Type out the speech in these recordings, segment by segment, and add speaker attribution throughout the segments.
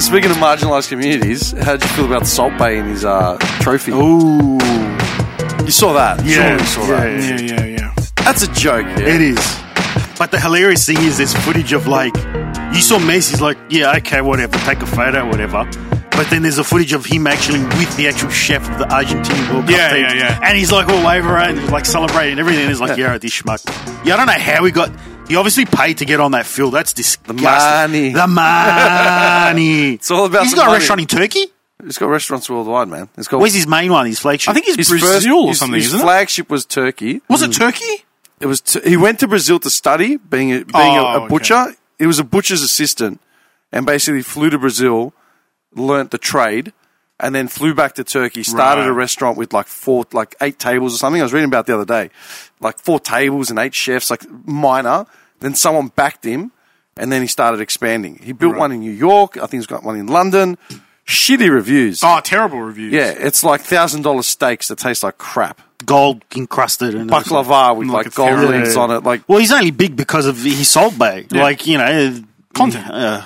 Speaker 1: Speaking of marginalised communities, how did you feel about Salt Bay and his uh, trophy?
Speaker 2: Ooh.
Speaker 1: You saw that. Surely you saw that.
Speaker 2: yeah, yeah, yeah.
Speaker 1: That's a joke. Yeah.
Speaker 2: It is. But the hilarious thing is, there's footage of like, you saw Macy's like, yeah, okay, whatever, take a photo, whatever. But then there's a footage of him actually with the actual chef of the Argentine World Cup
Speaker 3: Yeah,
Speaker 2: team.
Speaker 3: yeah, yeah.
Speaker 2: And he's like all over it and like celebrating everything. And he's like, yeah, this schmuck. Yeah, I don't know how he got. He obviously paid to get on that field. That's disgusting.
Speaker 1: money.
Speaker 2: The money.
Speaker 1: It's all about
Speaker 2: He's
Speaker 1: the
Speaker 2: got
Speaker 1: money.
Speaker 2: a restaurant in Turkey.
Speaker 1: It's got restaurants worldwide, man. It's got.
Speaker 2: Where's his main one? His flagship.
Speaker 3: I think he's
Speaker 1: his
Speaker 3: Brazil
Speaker 1: first-
Speaker 3: or
Speaker 1: his-
Speaker 3: something,
Speaker 1: His
Speaker 3: isn't it?
Speaker 1: flagship was Turkey. Mm.
Speaker 3: Was it Turkey?
Speaker 1: It was. T- he went to Brazil to study, being a, being
Speaker 3: Oh,
Speaker 1: a, a
Speaker 3: okay.
Speaker 1: butcher. He was a butcher's assistant, and basically flew to Brazil, learnt the trade, and then flew back to Turkey. Started
Speaker 3: Right.
Speaker 1: a restaurant with like four, like eight tables or something. I was reading about it the other day, like four tables and eight chefs, like minor. Then someone backed him, and then he started expanding. He built one in New York. I think he's got one in London. Shitty reviews.
Speaker 3: Oh, terrible reviews.
Speaker 1: Yeah, it's like thousand dollar steaks that taste like crap.
Speaker 2: gold encrusted and
Speaker 1: Baklava with like
Speaker 3: it's
Speaker 1: gold
Speaker 3: terrible.
Speaker 1: rings on it, like
Speaker 2: Well, he's only big because of his salt bay. Like you know,
Speaker 3: Content.
Speaker 2: Uh,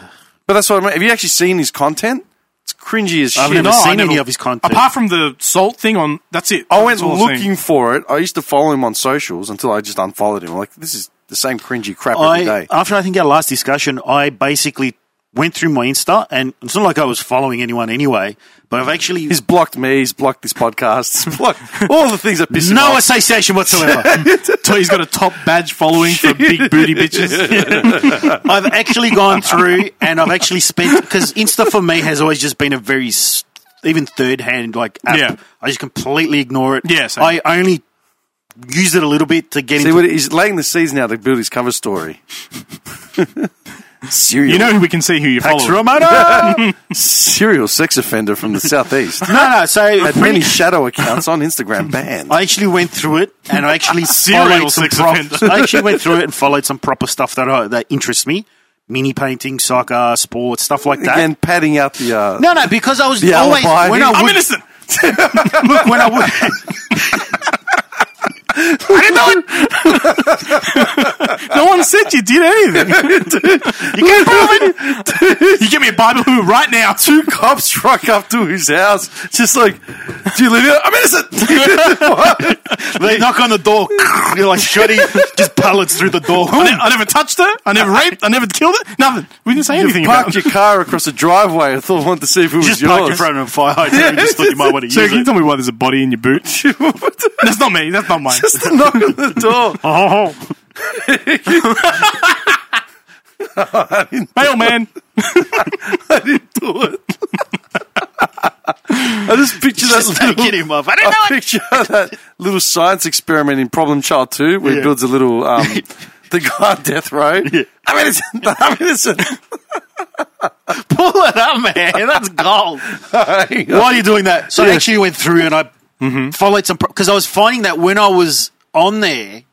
Speaker 1: But that's what I mean. Have you actually seen his content? It's cringy as shit.
Speaker 2: I've never
Speaker 3: No, I
Speaker 2: seen any
Speaker 3: never-
Speaker 2: of his content.
Speaker 3: Apart from the salt thing on, that's it.
Speaker 1: I went
Speaker 3: That's all I've seen.
Speaker 1: Oh, looking for it. I used to follow him on socials until I just unfollowed him. I'm like, this is the same cringy crap every day.
Speaker 2: I, uh, after I think our last discussion, I basically went through my Insta, and it's not like I was following anyone anyway, but I've actually
Speaker 1: he's blocked me. He's blocked this podcast. He's blocked all the things that piss him
Speaker 2: no
Speaker 1: off.
Speaker 2: association whatsoever.
Speaker 3: So he's got a top badge following for big booty bitches.
Speaker 2: I've actually gone through and I've actually spent because Insta for me has always just been a very s- even third hand like app.
Speaker 3: Yeah.
Speaker 2: I just completely ignore it.
Speaker 3: Yeah, same.
Speaker 2: I only use it a little bit to
Speaker 1: See,
Speaker 2: get into
Speaker 1: what, he's laying the seeds now to build his cover story. serial,
Speaker 3: You know who we can see who you're
Speaker 2: Pax
Speaker 3: following.
Speaker 2: Romana.
Speaker 1: serial sex offender from the southeast.
Speaker 2: no, no. So
Speaker 1: Had many shadow accounts on Instagram banned.
Speaker 2: I actually went through it and I actually
Speaker 3: Serial
Speaker 2: followed some
Speaker 3: sex
Speaker 2: prop-
Speaker 3: offender.
Speaker 2: I actually went through it and followed some proper stuff that I, that interests me, mini painting, soccer, sports, stuff like that.
Speaker 1: Again, padding out the. Uh,
Speaker 2: no, no, because I was
Speaker 1: The
Speaker 2: always
Speaker 1: alibi.
Speaker 2: when I
Speaker 1: I'm
Speaker 3: I'm
Speaker 2: would,
Speaker 3: innocent.
Speaker 2: look when I would.
Speaker 3: No one said you did anything. you can prove it. You give me a Bible right now.
Speaker 1: two cops truck up to his house, just like, do you live here? I'm innocent.
Speaker 2: They knock on the door. You're like shooting just pellets through the door.
Speaker 3: I, ne- I never touched her. I never raped. I never killed her. Nothing. We didn't say anything
Speaker 1: you
Speaker 3: about
Speaker 1: parked
Speaker 3: it.
Speaker 1: your car across the driveway. I thought I wanted to see if it was
Speaker 2: Just parked
Speaker 1: yours.
Speaker 2: in front of a fire hydrant. and just thought you might want to use
Speaker 3: So can you
Speaker 2: it.
Speaker 3: tell me why there's a body in your boot? That's not me. That's not mine.
Speaker 1: just a knock on the door.
Speaker 2: Oh,
Speaker 3: Mailman.
Speaker 1: I didn't do it. I just picture that.
Speaker 2: just
Speaker 1: Little,
Speaker 2: taking him off. I don't
Speaker 1: I
Speaker 2: know. it.
Speaker 1: picture that little science experiment in Problem Child Two, where he
Speaker 2: Yeah.
Speaker 1: builds a little. Um, the guy on death row. I'm innocent. I'm innocent.
Speaker 2: Pull it up, man. That's gold. Why are you doing that? So I actually went through and I followed some because I was finding that when I was on there,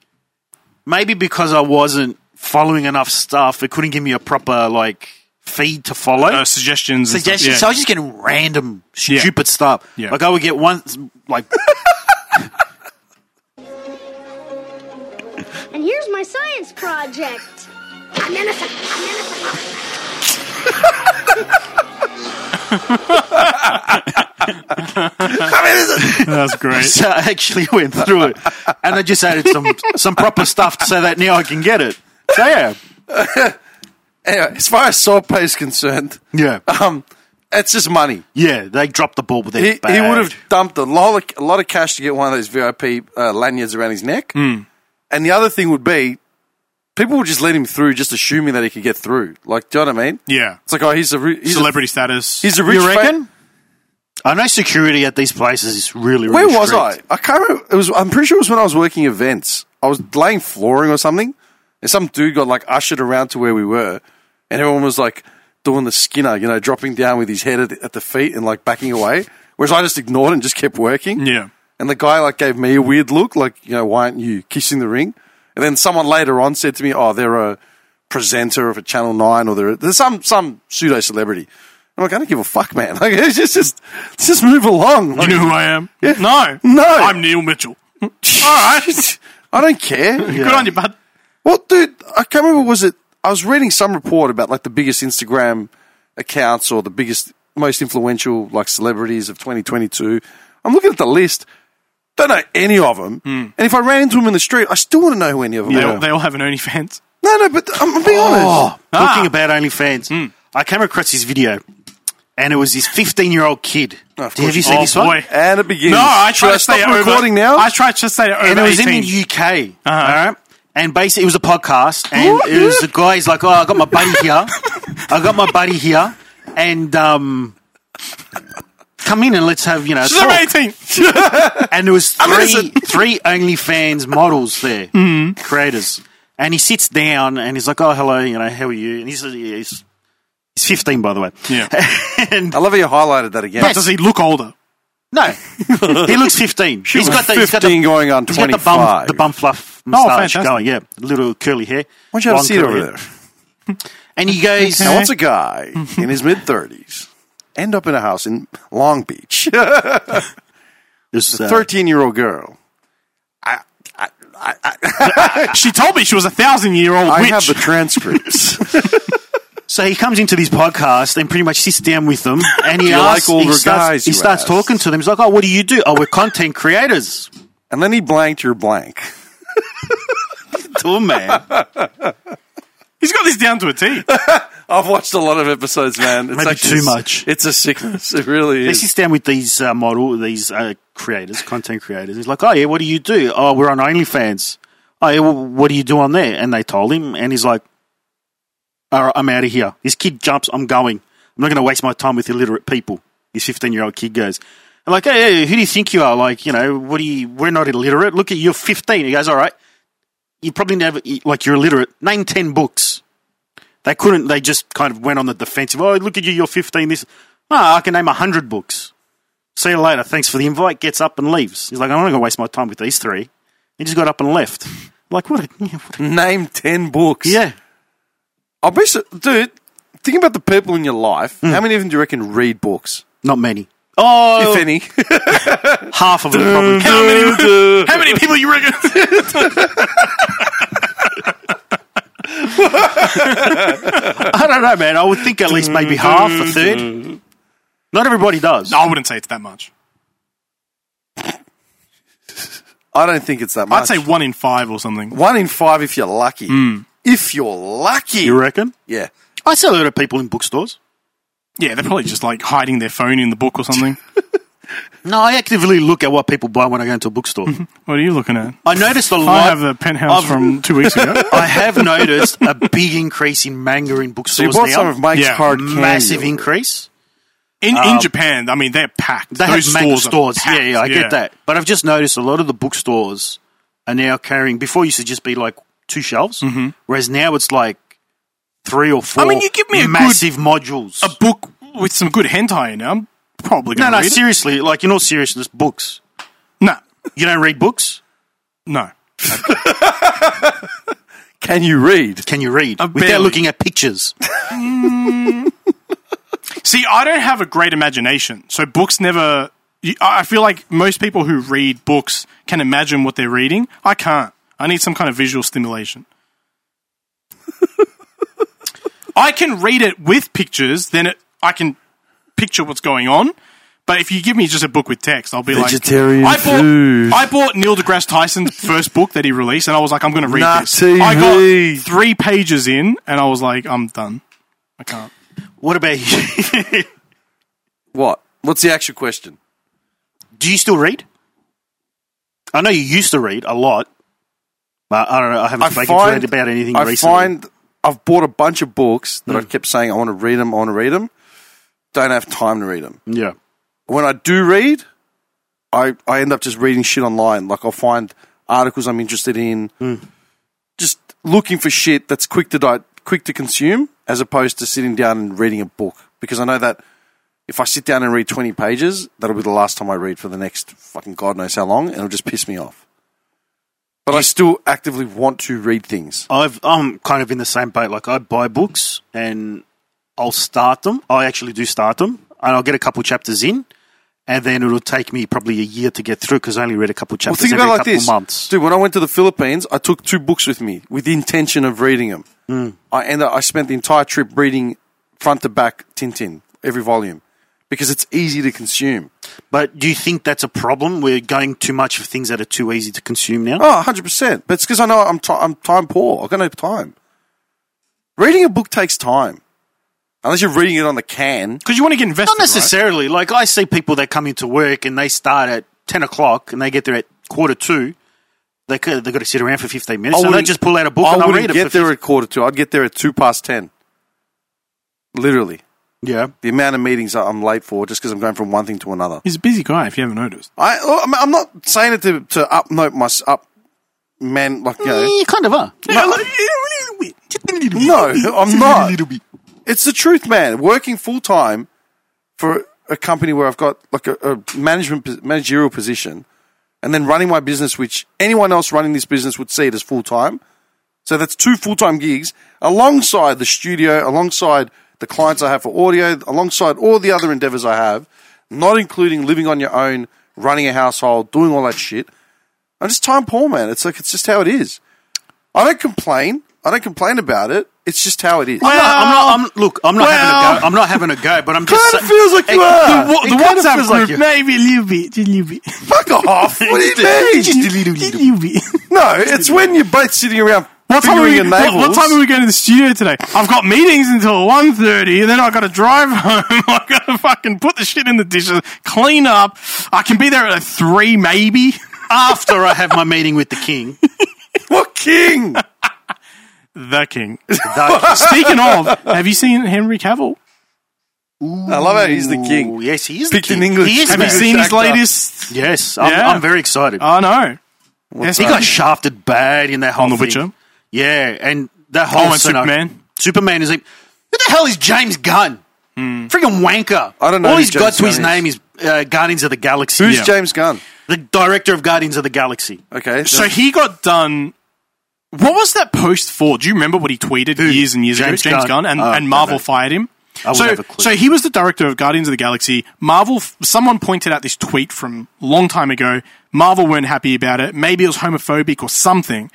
Speaker 2: maybe because I wasn't following enough stuff, it couldn't give me a proper like feed to follow.
Speaker 3: Uh, suggestions. and stuff,
Speaker 2: suggestions.
Speaker 3: yeah.
Speaker 2: So I was just getting random
Speaker 3: Yeah.
Speaker 2: stupid stuff.
Speaker 3: Yeah.
Speaker 2: Like I would get one like
Speaker 4: And here's my science project. I'm innocent. I'm innocent.
Speaker 1: I'm innocent.
Speaker 3: That's great.
Speaker 2: So I actually went through it, and I just added some some proper stuff so that now I can get it. So yeah,
Speaker 1: Anyway, as far as Salt Pay is concerned,
Speaker 2: yeah,
Speaker 1: um, it's just money.
Speaker 2: yeah. They dropped the ball with their
Speaker 1: He, he
Speaker 2: bag.
Speaker 1: would have dumped a lot, of, a lot of cash to get one of those VIP uh, lanyards around his neck.
Speaker 2: Hmm.
Speaker 1: And the other thing would be, people would just let him through, just assuming that he could get through. Like, do you know what I mean?
Speaker 3: Yeah.
Speaker 1: It's like, oh, he's a ri- he's
Speaker 3: Celebrity status.
Speaker 1: A, he's a rich.
Speaker 2: You
Speaker 1: fa-
Speaker 2: reckon? I know security at these places is really. really
Speaker 1: Where was I?
Speaker 2: strict.
Speaker 1: I can't remember. It was. I'm pretty sure it was when I was working events. I was laying flooring or something, and some dude got like ushered around to where we were, and everyone was like doing the Skinner, you know, dropping down with his head at the, at the feet and like backing away. Whereas I just ignored it and just kept working.
Speaker 3: Yeah.
Speaker 1: And the guy like gave me a weird look, like you know, why aren't you kissing the ring? And then someone later on said to me, "Oh, they're a presenter of a Channel Nine, or they're, a- there's some some pseudo celebrity." I'm like, I don't give a fuck, man. Like, it's just just just move along.
Speaker 3: You
Speaker 1: Like,
Speaker 3: know who I am? No.
Speaker 1: No.
Speaker 3: I'm Neil Mitchell. All right.
Speaker 1: I don't care.
Speaker 3: Good on you, bud.
Speaker 1: Well, dude, I can't remember. Was it? I was reading some report about like the biggest Instagram accounts or the biggest, most influential like celebrities of 2022. I'm looking at the list. Don't know any of them. And if I ran into them in the street, I still want to know who any of them
Speaker 3: They,
Speaker 1: are.
Speaker 3: all, they all have an OnlyFans.
Speaker 1: No, no, but I'm, I'm being honest.
Speaker 3: Ah.
Speaker 2: Talking about OnlyFans,
Speaker 3: Hmm.
Speaker 2: I came across his video, and it was this 15 year old kid.
Speaker 1: of
Speaker 2: Have you
Speaker 1: course
Speaker 2: seen
Speaker 3: you-
Speaker 2: this
Speaker 3: Oh,
Speaker 2: one?
Speaker 3: boy.
Speaker 1: And it begins.
Speaker 3: No, I
Speaker 1: Should
Speaker 3: tried
Speaker 1: I
Speaker 3: to stay
Speaker 1: stop
Speaker 3: over-
Speaker 1: recording now.
Speaker 3: I tried to stay over
Speaker 2: and it was
Speaker 3: 18.
Speaker 2: in the UK.
Speaker 3: Uh-huh.
Speaker 2: All right. And basically, it was a podcast, and it was the guy's like, "Oh, I got my buddy here. I got my buddy here, and um, come in and let's have you know."
Speaker 3: She's over
Speaker 2: talk."
Speaker 3: 18.
Speaker 2: And there was three
Speaker 1: innocent.
Speaker 2: three OnlyFans models there,
Speaker 3: Mm-hmm.
Speaker 2: creators, and he sits down and he's like, "Oh, hello, you know, how are you?" And he's he's, he's fifteen, by the way.
Speaker 3: Yeah.
Speaker 2: and
Speaker 1: I love how you highlighted that again.
Speaker 2: Yes.
Speaker 3: Does he look older?
Speaker 2: no, he looks fifteen. He's got the, he's got the-
Speaker 1: 15 going on
Speaker 2: He's got the bum,
Speaker 1: 25.
Speaker 2: the bum fluff
Speaker 1: Oh,
Speaker 2: moustache
Speaker 3: fantastic.
Speaker 2: going, yeah. Little curly hair.
Speaker 1: Why'd you have a
Speaker 2: Long
Speaker 1: seat
Speaker 2: curly
Speaker 1: over
Speaker 2: hair.
Speaker 1: there?
Speaker 2: And he goes,
Speaker 1: Now, what's a guy in his mid 30s end up in a house in Long Beach?
Speaker 2: this, uh,
Speaker 1: 13 year old girl.
Speaker 3: She told me she was a thousand year old
Speaker 1: I
Speaker 3: witch.
Speaker 1: have the transcripts.
Speaker 2: so he comes into this podcast and pretty much sits down with them and he
Speaker 1: you
Speaker 2: asks,
Speaker 1: like older
Speaker 2: he starts,
Speaker 1: guys,
Speaker 2: he
Speaker 1: you
Speaker 2: starts
Speaker 1: asked?
Speaker 2: talking to them. He's like, oh, what do you do? Oh, we're content creators.
Speaker 1: and then he blanked your blank.
Speaker 2: Cool, man.
Speaker 3: He's got this down to a T.
Speaker 1: I've watched a lot of episodes, man. It's
Speaker 2: Maybe
Speaker 1: actually-
Speaker 2: too much.
Speaker 1: It's a sickness. It really
Speaker 2: He
Speaker 1: is.
Speaker 2: sits down with these uh, model, these uh, creators, content creators. He's like, oh, yeah, what do you do? Oh, we're on OnlyFans. Oh, yeah, well, what do you do on there? And they told him, and he's like, all right, I'm out of here. This kid jumps, I'm going. I'm not going to waste my time with illiterate people. This 15 year old kid goes, I'm like, hey, hey, who do you think you are? Like, you know, what do you, we're not illiterate. Look at you, you're 15. He goes, all right, you probably never, like, you're illiterate. Name 10 books. They couldn't, they just kind of went on the defensive. Oh, look at you, you're 15. This, ah, I can name 100 books. See you later. Thanks for the invite. Gets up and leaves. He's like, I'm not going to waste my time with these three. He just got up and left. Like, what a, yeah, what a
Speaker 1: Name 10 books.
Speaker 2: yeah.
Speaker 1: I'll be so, dude. Think about the people in your life.
Speaker 2: Hmm.
Speaker 1: How many of them do you reckon read books,
Speaker 2: Not many. Oh,
Speaker 1: if any?
Speaker 2: half of them probably.
Speaker 3: How many, how many people you reckon?
Speaker 2: I don't know, man. I would think at least maybe half, a third. Not everybody does.
Speaker 3: No, I wouldn't say it's that much.
Speaker 1: I don't think it's that much.
Speaker 3: I'd say one in five or something.
Speaker 1: one in five if you're lucky.
Speaker 2: Hmm.
Speaker 1: If you're lucky.
Speaker 2: You reckon?
Speaker 1: yeah.
Speaker 2: I see a lot of people in bookstores.
Speaker 3: Yeah, they're probably just like hiding their phone in the book or something.
Speaker 2: No, I actively look at what people buy when I go into a bookstore.
Speaker 3: what are you looking at?
Speaker 2: I noticed a lot.
Speaker 3: Mm-hmm. I have the penthouse
Speaker 2: I've-
Speaker 3: from two weeks ago.
Speaker 2: I have noticed a big increase in manga in
Speaker 1: So you
Speaker 2: bookstores
Speaker 1: bought
Speaker 2: now.
Speaker 1: some of Mike's
Speaker 3: Yeah.
Speaker 1: hard candy.
Speaker 2: Massive increase.
Speaker 3: In, in Japan, I mean, they're packed.
Speaker 2: They
Speaker 3: Those
Speaker 2: have manga stores.
Speaker 3: stores. are
Speaker 2: Yeah,
Speaker 3: packed.
Speaker 2: yeah, I get that. But I've just noticed a lot of the bookstores are now carrying. Before it used to just be like two shelves, whereas now it's like three or four.
Speaker 3: Mm-hmm. I mean, you give me a good-
Speaker 2: massive modules.
Speaker 3: A book with some good hentai in it. I'm probably
Speaker 2: no,
Speaker 3: going to
Speaker 2: no,
Speaker 3: read it.
Speaker 2: seriously. Like in all seriousness, books.
Speaker 3: No,
Speaker 2: You don't read books?
Speaker 3: no.
Speaker 1: Can you read?
Speaker 2: Can you read without
Speaker 3: barely.
Speaker 2: looking at pictures?
Speaker 3: See, I don't have a great imagination, so books never. you- I I feel like most people who read books can imagine what they're reading. I can't. I need some kind of visual stimulation. I can read it with pictures, then it, I can picture what's going on. But if you give me just a book with text, I'll be
Speaker 1: Vegetarian
Speaker 3: like, I bought,
Speaker 1: food.
Speaker 3: I bought Neil deGrasse Tyson's first book that he released, and I was like, I'm going to read
Speaker 1: Nah,
Speaker 3: this.
Speaker 1: TV.
Speaker 3: I got three pages in, and I was like, I'm done. I can't.
Speaker 2: What about you?
Speaker 1: What? What's the actual question?
Speaker 2: Do you still read? I know you used to read a lot, but I don't know. I haven't spoken to you about anything
Speaker 1: I
Speaker 2: recently.
Speaker 1: find I've bought a bunch of books that I've kept saying I want to read them. I want to read them. Don't have time to read them.
Speaker 2: yeah.
Speaker 1: When I do read, I I end up just reading shit online. Like I'll find articles I'm interested in. Just looking for shit that's quick to di- quick to consume, as opposed to sitting down and reading a book because I know that. If I sit down and read 20 pages, that'll be the last time I read for the next fucking God knows how long, and it'll just piss me off. But I still actively want to read things.
Speaker 2: I've, I'm kind of in the same boat. Like, I buy books and I'll start them. I actually do start them, and I'll get a couple chapters in, and then it'll take me probably a year to get through because I only read a couple
Speaker 1: Well,
Speaker 2: chapters
Speaker 1: think
Speaker 2: every
Speaker 1: about it like
Speaker 2: couple
Speaker 1: this,
Speaker 2: months.
Speaker 1: dude. When I went to the Philippines, I took
Speaker 2: Hmm.
Speaker 1: two books with me with the intention of reading them. I and I spent the entire trip reading front to back Tintin, every volume, because it's easy to consume.
Speaker 2: But do you think that's a problem? We're going too much for things that are too easy to consume now.
Speaker 1: Oh, 100%. But it's because I know I'm, ti I'm time poor. I've got no time. Reading a book takes time. Unless you're reading it on the can.
Speaker 3: Because you want to get invested.
Speaker 2: Not necessarily. Like I see people that come into work and they start at ten o'clock and they get there at quarter two. They could, they've got to sit around for fifteen minutes. So they
Speaker 1: wouldn't-
Speaker 2: Oh, just pull out a book
Speaker 1: I
Speaker 2: and I'll
Speaker 1: wouldn't
Speaker 2: read it.
Speaker 1: get
Speaker 2: for
Speaker 1: there at quarter to. I'd get there at two past ten. Literally,
Speaker 2: 15 yeah.
Speaker 1: the amount of meetings I- I'm late for just because I'm going from one thing to another.
Speaker 3: He's a busy guy, if you haven't noticed.
Speaker 1: I, I'm- I'm not saying it to to upnote my up man like you
Speaker 2: Yeah,
Speaker 1: know.
Speaker 2: you kind of are.
Speaker 1: No, I'm not. It's the truth, man. Working full time for a company where I've got like a, a management pos- managerial position, and then running my business, which anyone else running this business would see it as full time. So that's two full time gigs alongside the studio, alongside the clients I have for audio, alongside all the other endeavors I have, not including living on your own, running a household, doing all that shit. I'm just time poor, man. It's like it's just how it is. I don't complain. I don't complain about it. It's just how it is.
Speaker 2: I'm not, I'm not, I'm, look, I'm not
Speaker 3: well-
Speaker 2: having a go. I'm not having a go, but I'm just.
Speaker 1: Kind of
Speaker 2: sa-
Speaker 1: feels like you are.
Speaker 3: The,
Speaker 2: It
Speaker 3: the
Speaker 2: kind of
Speaker 3: WhatsApp
Speaker 2: feels like
Speaker 3: group,
Speaker 2: you-
Speaker 3: maybe a little bit, just a little bit,
Speaker 1: Fuck off! What do you mean?
Speaker 3: just a little, bit.
Speaker 1: No, it's when you're both sitting around
Speaker 3: What time, are
Speaker 1: fingering
Speaker 3: we,
Speaker 1: your
Speaker 3: what,
Speaker 1: navels.
Speaker 3: what time are we going to the studio today? I've got meetings until 1.30 and then I've got to drive home. I've got to fucking put the shit in the dishes, clean up. I can be there at 3 maybe.
Speaker 2: after I have my meeting with the king.
Speaker 1: What king?
Speaker 3: The king.
Speaker 2: Dark-
Speaker 3: Speaking of, have you seen Henry Cavill?
Speaker 1: I love how Oh, he's the
Speaker 2: Ooh,
Speaker 1: king.
Speaker 2: yes, he is.
Speaker 1: Picked
Speaker 2: the
Speaker 1: in
Speaker 2: king.
Speaker 1: English.
Speaker 2: He is,
Speaker 1: Have
Speaker 3: Have you
Speaker 2: mate.
Speaker 1: English
Speaker 3: seen his
Speaker 1: actor.
Speaker 3: latest?
Speaker 2: Yes, I'm,
Speaker 3: Yeah.
Speaker 2: I'm very excited.
Speaker 3: I know. Yes,
Speaker 2: he
Speaker 3: I-
Speaker 2: got shafted bad in that whole
Speaker 3: On The
Speaker 2: thing.
Speaker 3: Witcher?
Speaker 2: Yeah, and that whole
Speaker 3: Oh, and
Speaker 2: scenario-
Speaker 3: Superman?
Speaker 2: Superman is like, who the hell is James Gunn? Freaking wanker!
Speaker 1: I don't know
Speaker 2: All
Speaker 1: who
Speaker 2: he's got
Speaker 1: James
Speaker 2: to his
Speaker 1: Gunn is.
Speaker 2: name is uh, Guardians of the Galaxy.
Speaker 1: Who's
Speaker 3: Yeah.
Speaker 1: James Gunn?
Speaker 2: the director of Guardians of the Galaxy?
Speaker 1: Okay,
Speaker 3: So he got done. What was that post for? Do you remember what he tweeted years and years
Speaker 2: James
Speaker 3: ago? James
Speaker 2: Gunn.
Speaker 3: Gunn, and,
Speaker 2: Oh,
Speaker 3: and
Speaker 2: I
Speaker 3: Marvel
Speaker 2: know.
Speaker 3: fired him.
Speaker 2: wouldn't
Speaker 3: so,
Speaker 2: have a clue.
Speaker 3: so he was the director of Guardians of the Galaxy. Marvel, someone pointed out this tweet from a long time ago. Marvel weren't happy about it. Maybe it was homophobic or something.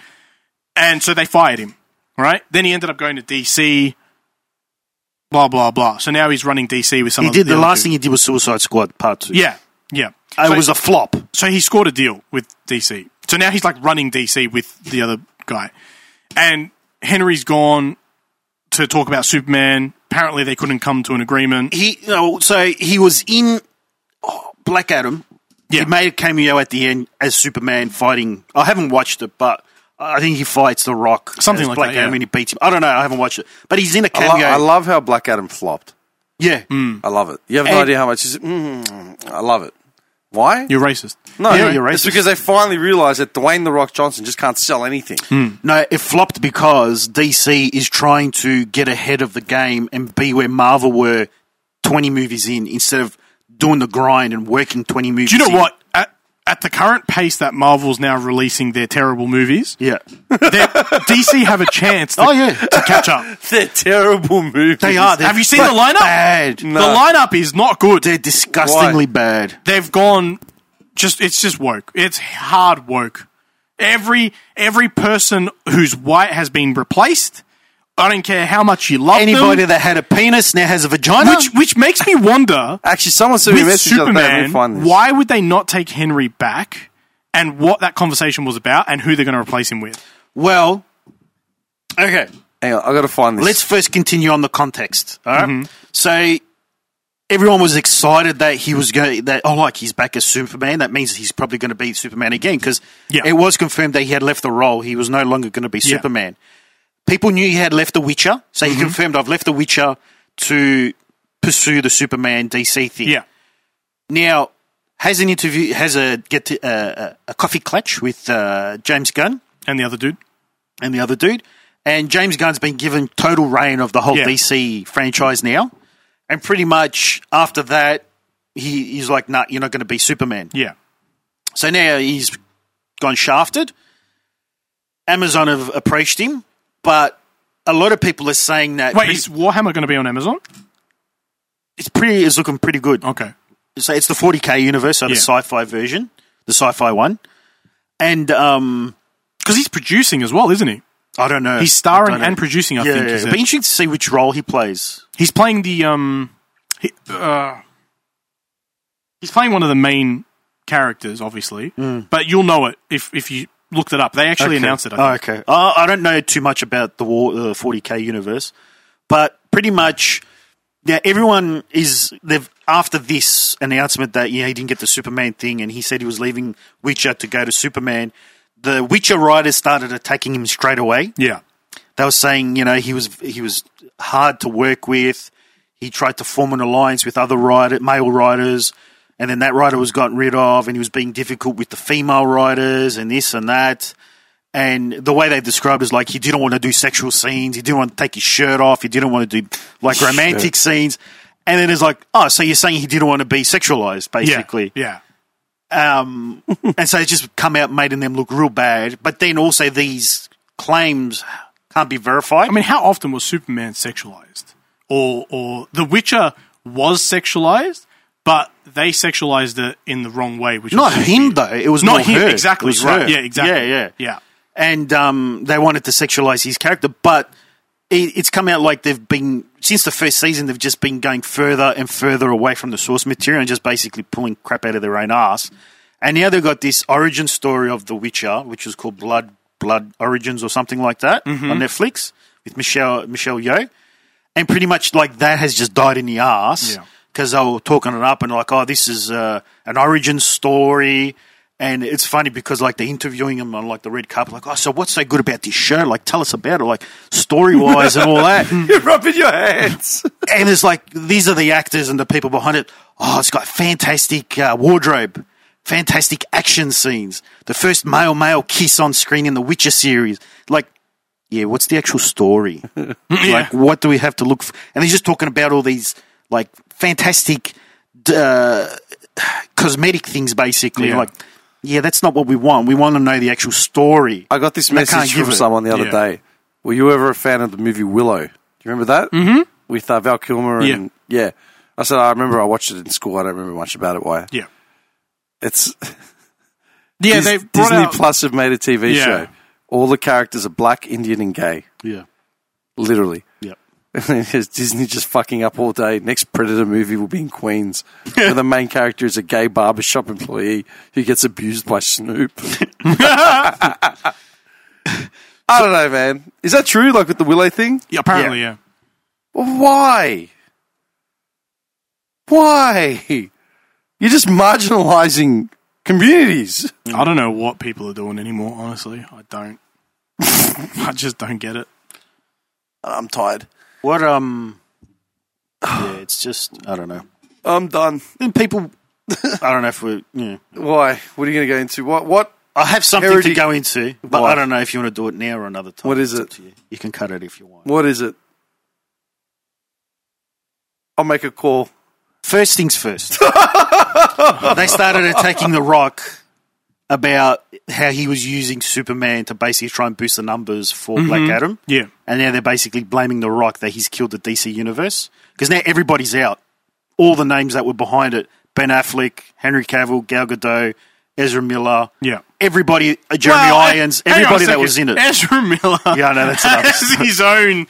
Speaker 3: And so they fired him, right? Then he ended up going to DC, blah, blah, blah. So now he's running DC with some
Speaker 2: He
Speaker 3: of
Speaker 2: did the
Speaker 3: other
Speaker 2: last
Speaker 3: two-
Speaker 2: thing he did was Suicide Squad Part Two. Uh,
Speaker 3: Yeah, yeah.
Speaker 2: it
Speaker 3: So-
Speaker 2: was a flop.
Speaker 3: so he scored a deal with DC. So now he's like running DC with the other guy. And Henry's gone to talk about Superman. Apparently they couldn't come to an agreement.
Speaker 2: He you know, so he was in oh, Black Adam.
Speaker 3: Yeah.
Speaker 2: He made a cameo at the end as Superman fighting. I haven't watched it, but I think he fights The Rock.
Speaker 3: Something
Speaker 2: as
Speaker 3: like
Speaker 2: Black
Speaker 3: that, yeah.
Speaker 2: Adam and he beats him. I don't know. I haven't watched it, but he's in a
Speaker 1: I,
Speaker 2: cameo.
Speaker 1: lo- I love how Black Adam flopped.
Speaker 2: yeah,
Speaker 3: Hmm.
Speaker 1: I love it. You have no
Speaker 2: And-
Speaker 1: idea how much. Is, mm, I love it. Why?
Speaker 3: You're racist.
Speaker 1: no,
Speaker 2: Yeah, you're
Speaker 1: It's
Speaker 2: racist.
Speaker 1: because they finally realized that Dwayne the Rock Johnson just can't sell anything.
Speaker 2: no, it flopped because DC is trying to get ahead of the game and be where Marvel were twenty movies in instead of doing the grind and working twenty movies.
Speaker 3: Do you know
Speaker 2: in.
Speaker 3: what? At, at the current pace that Marvel's now releasing their terrible movies,
Speaker 2: Yeah,
Speaker 3: they're- DC have a chance to,
Speaker 2: Oh, yeah.
Speaker 3: to catch up.
Speaker 1: They're terrible movies.
Speaker 2: they are. They're
Speaker 3: Have you seen the lineup?
Speaker 2: Bad.
Speaker 3: The lineup is not good.
Speaker 2: They're disgustingly bad.
Speaker 3: they've gone just it's just woke. It's hard woke. Every every person who's white has been replaced. I don't care how much you love
Speaker 2: Anybody
Speaker 3: them.
Speaker 2: that had a penis now has a vagina.
Speaker 3: Um, which which makes me wonder
Speaker 1: Actually, someone sent me a
Speaker 3: with
Speaker 1: message the other day. I didn't
Speaker 3: Superman,
Speaker 1: find this.
Speaker 3: why would they not take Henry back and what that conversation was about and who they're going to replace him with?
Speaker 2: well, okay.
Speaker 1: Hang on, I got to find this.
Speaker 2: Let's first continue on the context. All
Speaker 3: Mm-hmm.
Speaker 2: right? So everyone was excited that he was going that oh like he's back as Superman. That means he's probably going to be Superman again because
Speaker 3: Yeah.
Speaker 2: it was confirmed that he had left the role. He was no longer going to be
Speaker 3: Yeah. Mm-hmm.
Speaker 2: Superman. People knew he had left The Witcher, so he confirmed I've left The Witcher to pursue the Superman DC thing.
Speaker 3: Yeah.
Speaker 2: Now, has an interview, has a get to, uh, a coffee clutch with uh, James Gunn
Speaker 3: And the other dude?
Speaker 2: and the other dude, and James Gunn's been given total reign of the whole
Speaker 3: Yeah.
Speaker 2: DC franchise now, and pretty much after that, he, he's like, "Nah, you're not going to be Superman."
Speaker 3: Yeah.
Speaker 2: So now he's gone shafted. Amazon have approached him, but a lot of people are saying that
Speaker 3: Wait, is Warhammer going to be on Amazon?
Speaker 2: it's pretty, it's looking pretty good.
Speaker 3: Okay.
Speaker 2: so it's the 40k universe, so the
Speaker 3: Yeah.
Speaker 2: sci-fi version, the sci-fi one, and um,
Speaker 3: Because he's producing as well, isn't he?
Speaker 2: I don't know.
Speaker 3: He's starring
Speaker 2: I don't
Speaker 3: and
Speaker 2: know.
Speaker 3: producing, I
Speaker 2: yeah,
Speaker 3: think,
Speaker 2: yeah.
Speaker 3: is
Speaker 2: It'd be
Speaker 3: it?
Speaker 2: interesting to see which role he plays.
Speaker 3: He's playing the um, he, uh, he's playing one of the main characters, obviously. But you'll know it if if you looked it up. They actually announced it. I
Speaker 2: Oh,
Speaker 3: think.
Speaker 2: Mm. okay. Uh, I don't know too much about the war, the 40k universe, but pretty much, yeah, everyone is they've after this announcement that yeah he didn't get the Superman thing, and he said he was leaving Witcher to go to Superman. The Witcher writers started attacking him straight away.
Speaker 3: yeah,
Speaker 2: They were saying, you know, he was he was hard to work with. He tried to form an alliance with other writer, male writers, and then that writer was gotten rid of, and he was being difficult with the female writers, and this and that. And the way they described is like he didn't want to do sexual scenes, he didn't want to take his shirt off, he didn't want to do like romantic scenes. And then it's like, oh, so you're saying he didn't want to be sexualized,
Speaker 3: yeah,
Speaker 2: basically.
Speaker 3: yeah.
Speaker 2: Um, and so it's just come out making them look real bad. But then also these claims can't be verified.
Speaker 3: I mean, how often was Superman sexualized, or or The Witcher was sexualized, but they sexualized it in the wrong way, which
Speaker 2: Not
Speaker 3: was
Speaker 2: him though. It was
Speaker 3: not
Speaker 2: more
Speaker 3: him
Speaker 2: her.
Speaker 3: exactly.
Speaker 2: It was
Speaker 3: right?
Speaker 2: her.
Speaker 3: Yeah, exactly.
Speaker 2: Yeah, yeah,
Speaker 3: yeah.
Speaker 2: And um, they wanted to sexualize his character, but it, it's come out like they've been since the first season. They've just been going further and further away from the source material and just basically pulling crap out of their own ass. And now they've got this origin story of The Witcher, which is called Blood Blood Origins or something like that on Netflix with Michelle Michelle Yeoh and pretty much like that has just died in the ass
Speaker 3: Yeah.
Speaker 2: because they were talking it up and like, oh, this is uh, an origin story. And it's funny because like they're interviewing him on like the red carpet, like, oh, so what's so good about this show? Like, tell us about it, like story wise and all that.
Speaker 1: You're rubbing your hands.
Speaker 2: And it's like these are the actors and the people behind it. Oh, it's got fantastic uh, wardrobe, fantastic action scenes, the first male male kiss on screen in the Witcher series. Like, yeah, what's the actual story? Like, what do we have to look for? And he's just talking about all these like fantastic d- uh, cosmetic things, basically.
Speaker 3: Yeah.
Speaker 2: Like, yeah, that's not what we want. We want to know the actual story.
Speaker 1: I got this
Speaker 2: And they can't
Speaker 1: message
Speaker 2: give
Speaker 1: from
Speaker 2: it.
Speaker 1: someone the other
Speaker 3: Yeah.
Speaker 1: day. Were you ever a fan of the movie Willow? Do you remember that? Mm-hmm. With uh, Val Kilmer and yeah. I said I remember I watched it in school. I don't remember much about it. Why?
Speaker 3: Yeah.
Speaker 1: It's
Speaker 3: Yeah,
Speaker 1: Dis-
Speaker 3: they've brought
Speaker 1: Disney
Speaker 3: out-
Speaker 1: Plus have made a TV
Speaker 3: Yeah.
Speaker 1: show. All the characters are black, Indian, and gay.
Speaker 2: Yeah,
Speaker 1: Literally.
Speaker 2: yeah.
Speaker 1: It's Disney just fucking up all day. Next Predator movie will be in Queens, where the main character is a gay barbershop employee who gets abused by Snoop. I don't know, man. Is that true? Like with the Willow thing?
Speaker 3: Yeah, apparently, yeah.
Speaker 1: Well, Why? Why? You're just marginalizing communities.
Speaker 3: I don't know what people are doing anymore. Honestly, I don't. I just don't get it.
Speaker 1: I'm tired.
Speaker 2: What um. Yeah, it's just I don't know.
Speaker 1: I'm done.
Speaker 2: then people. I don't know if we. Yeah,
Speaker 1: Why? What are you going to go into? What? What?
Speaker 2: I have something
Speaker 1: Heritage-
Speaker 2: to go into, but
Speaker 1: Why?
Speaker 2: I don't know if you want to do it now or another time.
Speaker 1: What is
Speaker 2: It's up
Speaker 1: it?
Speaker 2: to you. You can cut it if you want.
Speaker 1: What is it? I'll make a call.
Speaker 2: First things first. they started attacking The Rock about how he was using Superman to basically try and boost the numbers for Black Adam.
Speaker 3: Mm-hmm. Yeah,
Speaker 2: And now they're basically blaming The Rock that he's killed the DC universe because now everybody's out. All the names that were behind it Ben Affleck, Henry Cavill, Gal Gadot, Ezra Miller.
Speaker 3: yeah.
Speaker 2: Everybody, uh, Jeremy
Speaker 3: Well,
Speaker 2: Irons,
Speaker 3: hang on a
Speaker 2: everybody that
Speaker 3: second.
Speaker 2: was in it.
Speaker 3: Ezra Miller.
Speaker 2: Yeah, I know, that's another-
Speaker 3: has his own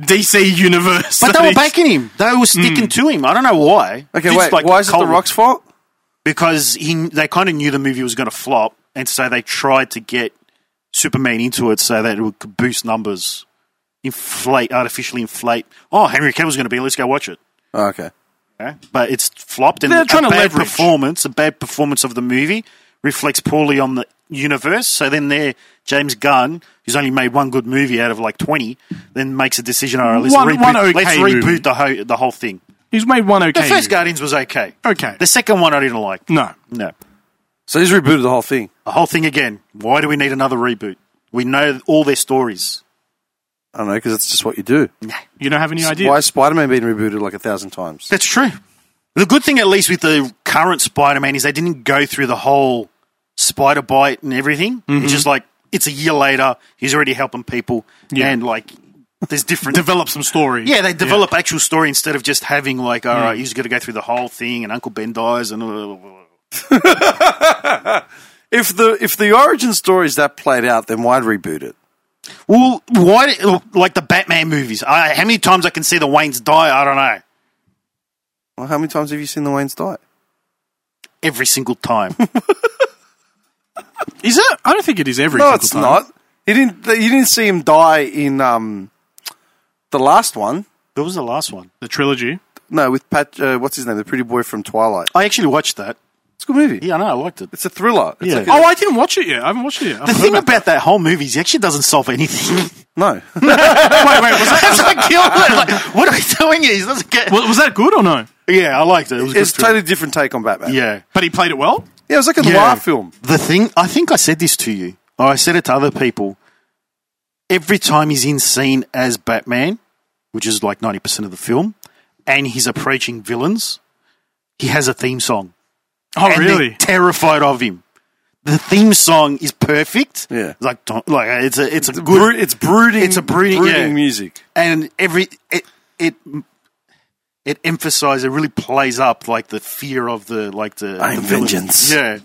Speaker 3: DC universe.
Speaker 2: But
Speaker 3: that
Speaker 2: they were
Speaker 3: he's-
Speaker 2: backing him. They were sticking
Speaker 3: Mm.
Speaker 2: to him. I don't know why.
Speaker 1: Okay,
Speaker 2: It's
Speaker 1: wait.
Speaker 2: like
Speaker 1: why is it
Speaker 2: cold.
Speaker 1: the Rock's fault?
Speaker 2: Because he, they kind of knew the movie was going to flop, and so they tried to get Superman into it so that it would boost numbers, inflate artificially inflate. Oh, Henry Cavill's going to be. Let's go watch it.
Speaker 1: Oh, okay.
Speaker 2: Okay? But it's flopped, and
Speaker 3: They're
Speaker 2: a
Speaker 3: trying to
Speaker 2: bad
Speaker 3: leverage.
Speaker 2: performance, a bad performance of the movie reflects poorly on the universe. So then there, James Gunn, who's only made one good movie out of like twenty, then makes a decision. All right, let's
Speaker 3: One-
Speaker 2: reboot,
Speaker 3: one okay
Speaker 2: let's
Speaker 3: movie.
Speaker 2: reboot the whole the whole thing.
Speaker 3: He's made one okay.
Speaker 2: The first
Speaker 3: movie.
Speaker 2: Guardians was okay.
Speaker 3: Okay.
Speaker 2: The second one I didn't like.
Speaker 3: No.
Speaker 2: No.
Speaker 1: So he's rebooted the whole thing.
Speaker 2: The whole thing again. Why do we need another reboot? We know all their stories.
Speaker 1: I don't know because that's just what you do.
Speaker 3: You don't have any idea.
Speaker 1: Why has Spider-Man been rebooted like a thousand times?
Speaker 2: That's true. The good thing, at least with the current Spider Man, is they didn't go through the whole spider bite and everything. It's just like, it's a year later. He's already helping people.
Speaker 3: Yeah.
Speaker 2: And like, there's different.
Speaker 3: Develop some story.
Speaker 2: yeah, they develop Mm. actual story instead of just having like, all right, he's going to go through the whole thing and Uncle Ben dies and. uh,
Speaker 1: If the if the origin story is that played out, then why would reboot it?
Speaker 2: Well, why? oh, Like the Batman movies. I, how many times I can see the Waynes die? I don't know.
Speaker 1: Well, how many times have you seen the Wayne's die?
Speaker 2: Every single time.
Speaker 3: Is it? I don't think it is every.
Speaker 1: No,
Speaker 3: single
Speaker 1: it's
Speaker 3: time.
Speaker 1: not. You didn't. You didn't see him die in um, the last one.
Speaker 2: that was the last one.
Speaker 3: the trilogy.
Speaker 1: No, with Pat. Uh, what's his name? The pretty boy from Twilight.
Speaker 2: I actually watched that.
Speaker 1: It's a good movie.
Speaker 2: Yeah, I know. I liked it.
Speaker 1: It's a thriller. It's
Speaker 2: Yeah.
Speaker 1: like a-
Speaker 3: Oh, I didn't watch it yet. I haven't watched it yet.
Speaker 2: The
Speaker 3: I haven't
Speaker 2: thing
Speaker 3: heard
Speaker 2: about, that whole movie is he actually doesn't solve anything.
Speaker 1: no.
Speaker 3: about- wait, wait, was that,
Speaker 2: That's what killed it. Like, what are we doing here? He doesn't get.
Speaker 3: was, was that good or no?
Speaker 2: yeah, I liked it. It was a
Speaker 1: it's a
Speaker 2: good.
Speaker 1: totally different take on Batman.
Speaker 2: film. yeah.
Speaker 3: But he played it well.
Speaker 1: Yeah, it was like a
Speaker 2: Yeah.
Speaker 1: noir film.
Speaker 2: The thing, I think I said this to you, or I said it to other people. Every time he's in scene as Batman, which is like 90% of the film, and he's approaching villains, he has a theme song.
Speaker 3: Oh,
Speaker 2: And they're
Speaker 3: really?
Speaker 2: terrified of him. The theme song is perfect.
Speaker 1: Yeah.
Speaker 2: Like, don't- like uh, it's a, it's a good.
Speaker 1: Bru- it's brooding.
Speaker 2: It's a brooding- yeah.
Speaker 1: music.
Speaker 2: and every. It, it, it emphasizes, it really plays up like the fear of the, like the.
Speaker 1: I'm
Speaker 2: the villain.
Speaker 1: vengeance.
Speaker 2: Yeah.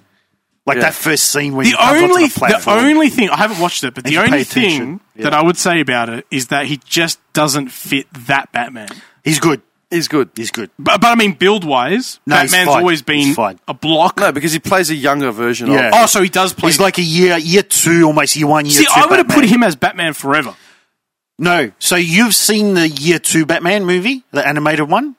Speaker 2: Like
Speaker 1: Yeah.
Speaker 2: that first scene when
Speaker 3: The
Speaker 2: he comes onto
Speaker 3: only,
Speaker 2: the, platform.
Speaker 3: the only thing I haven't watched it,
Speaker 2: And
Speaker 3: but the
Speaker 2: you pay
Speaker 3: only
Speaker 2: attention.
Speaker 3: thing
Speaker 2: Yeah.
Speaker 3: that I would say about it is that he just doesn't fit that Batman.
Speaker 2: He's good.
Speaker 1: He's good.
Speaker 2: He's good.
Speaker 3: But, but I mean, build wise,
Speaker 2: No, he's
Speaker 3: Batman's
Speaker 2: fine.
Speaker 3: always
Speaker 2: He's
Speaker 3: been
Speaker 2: fine.
Speaker 3: a block.
Speaker 1: No, because he plays a younger version
Speaker 2: Yeah.
Speaker 1: of.
Speaker 3: Oh, so he does play.
Speaker 2: He's like a year, year two, almost year one, year
Speaker 3: See,
Speaker 2: two.
Speaker 3: I would have
Speaker 2: Batman.
Speaker 3: put him as Batman forever.
Speaker 2: No, so you've seen the year two Batman movie, the animated one,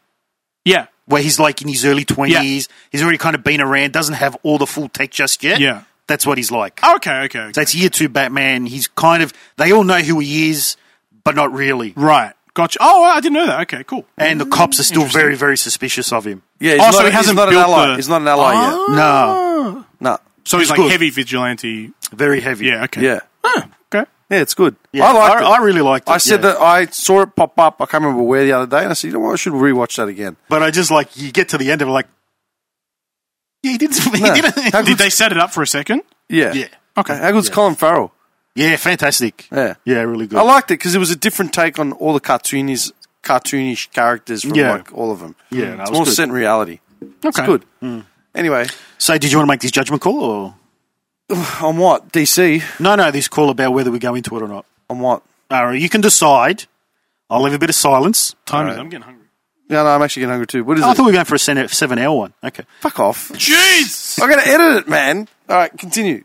Speaker 3: Yeah.
Speaker 2: where he's like in his early twenties. He's already kind of been around, doesn't have all the full tech just yet.
Speaker 3: Yeah.
Speaker 2: that's what he's like.
Speaker 3: Oh, Okay, okay. okay.
Speaker 2: So it's year two Batman. He's kind of they all know who he is, but not really.
Speaker 3: Right. Gotcha. Oh, I didn't know that. Okay, cool.
Speaker 2: And the cops are still very, very suspicious of him.
Speaker 1: Yeah, he's
Speaker 3: Oh,
Speaker 1: not,
Speaker 3: so he
Speaker 1: he's
Speaker 3: hasn't
Speaker 1: not an
Speaker 3: built
Speaker 1: ally.
Speaker 3: the-
Speaker 1: He's not an ally
Speaker 2: Oh.
Speaker 1: yet.
Speaker 2: No,
Speaker 1: No.
Speaker 3: So he's like
Speaker 2: good.
Speaker 3: heavy vigilante.
Speaker 2: very heavy.
Speaker 3: Yeah, okay.
Speaker 1: Yeah.
Speaker 3: Okay.
Speaker 1: Yeah, it's good.
Speaker 2: Yeah,
Speaker 1: I liked it.
Speaker 2: I, really liked it.
Speaker 1: I said
Speaker 2: yeah.
Speaker 1: that I saw it pop up. I can't remember where the other day, and I said, you know what? I should rewatch that again.
Speaker 2: but I just like you get to the end of it, like, yeah, he didn't. He
Speaker 1: No.
Speaker 2: didn't.
Speaker 1: How
Speaker 3: Did
Speaker 1: good's-
Speaker 3: they set it up for a second?
Speaker 1: Yeah.
Speaker 2: Yeah.
Speaker 1: Okay. How good's Colin Farrell?
Speaker 2: Yeah, fantastic.
Speaker 1: Yeah.
Speaker 2: yeah, really good.
Speaker 1: I liked it because it was a different take on all the cartoonies, cartoonish characters from
Speaker 2: Yeah.
Speaker 1: like all of them.
Speaker 2: Yeah, no, it
Speaker 1: it's
Speaker 2: was
Speaker 1: more
Speaker 2: good.
Speaker 1: set in reality.
Speaker 3: Okay.
Speaker 1: It's good. Anyway,
Speaker 2: So, did you want to make this judgment call, or
Speaker 1: on what DC?
Speaker 2: no? No, this call about whether we go into it or not.
Speaker 1: On what?
Speaker 2: All right, you can decide. I'll leave a bit of silence.
Speaker 3: Time is. I'm getting hungry.
Speaker 1: Yeah, no, I'm actually getting hungry too. What is
Speaker 2: I
Speaker 1: it?
Speaker 2: thought we were going for a sen- seven-hour one. Okay.
Speaker 1: Fuck off!
Speaker 3: Jeez.
Speaker 1: I'm gonna edit it, man. All right, continue.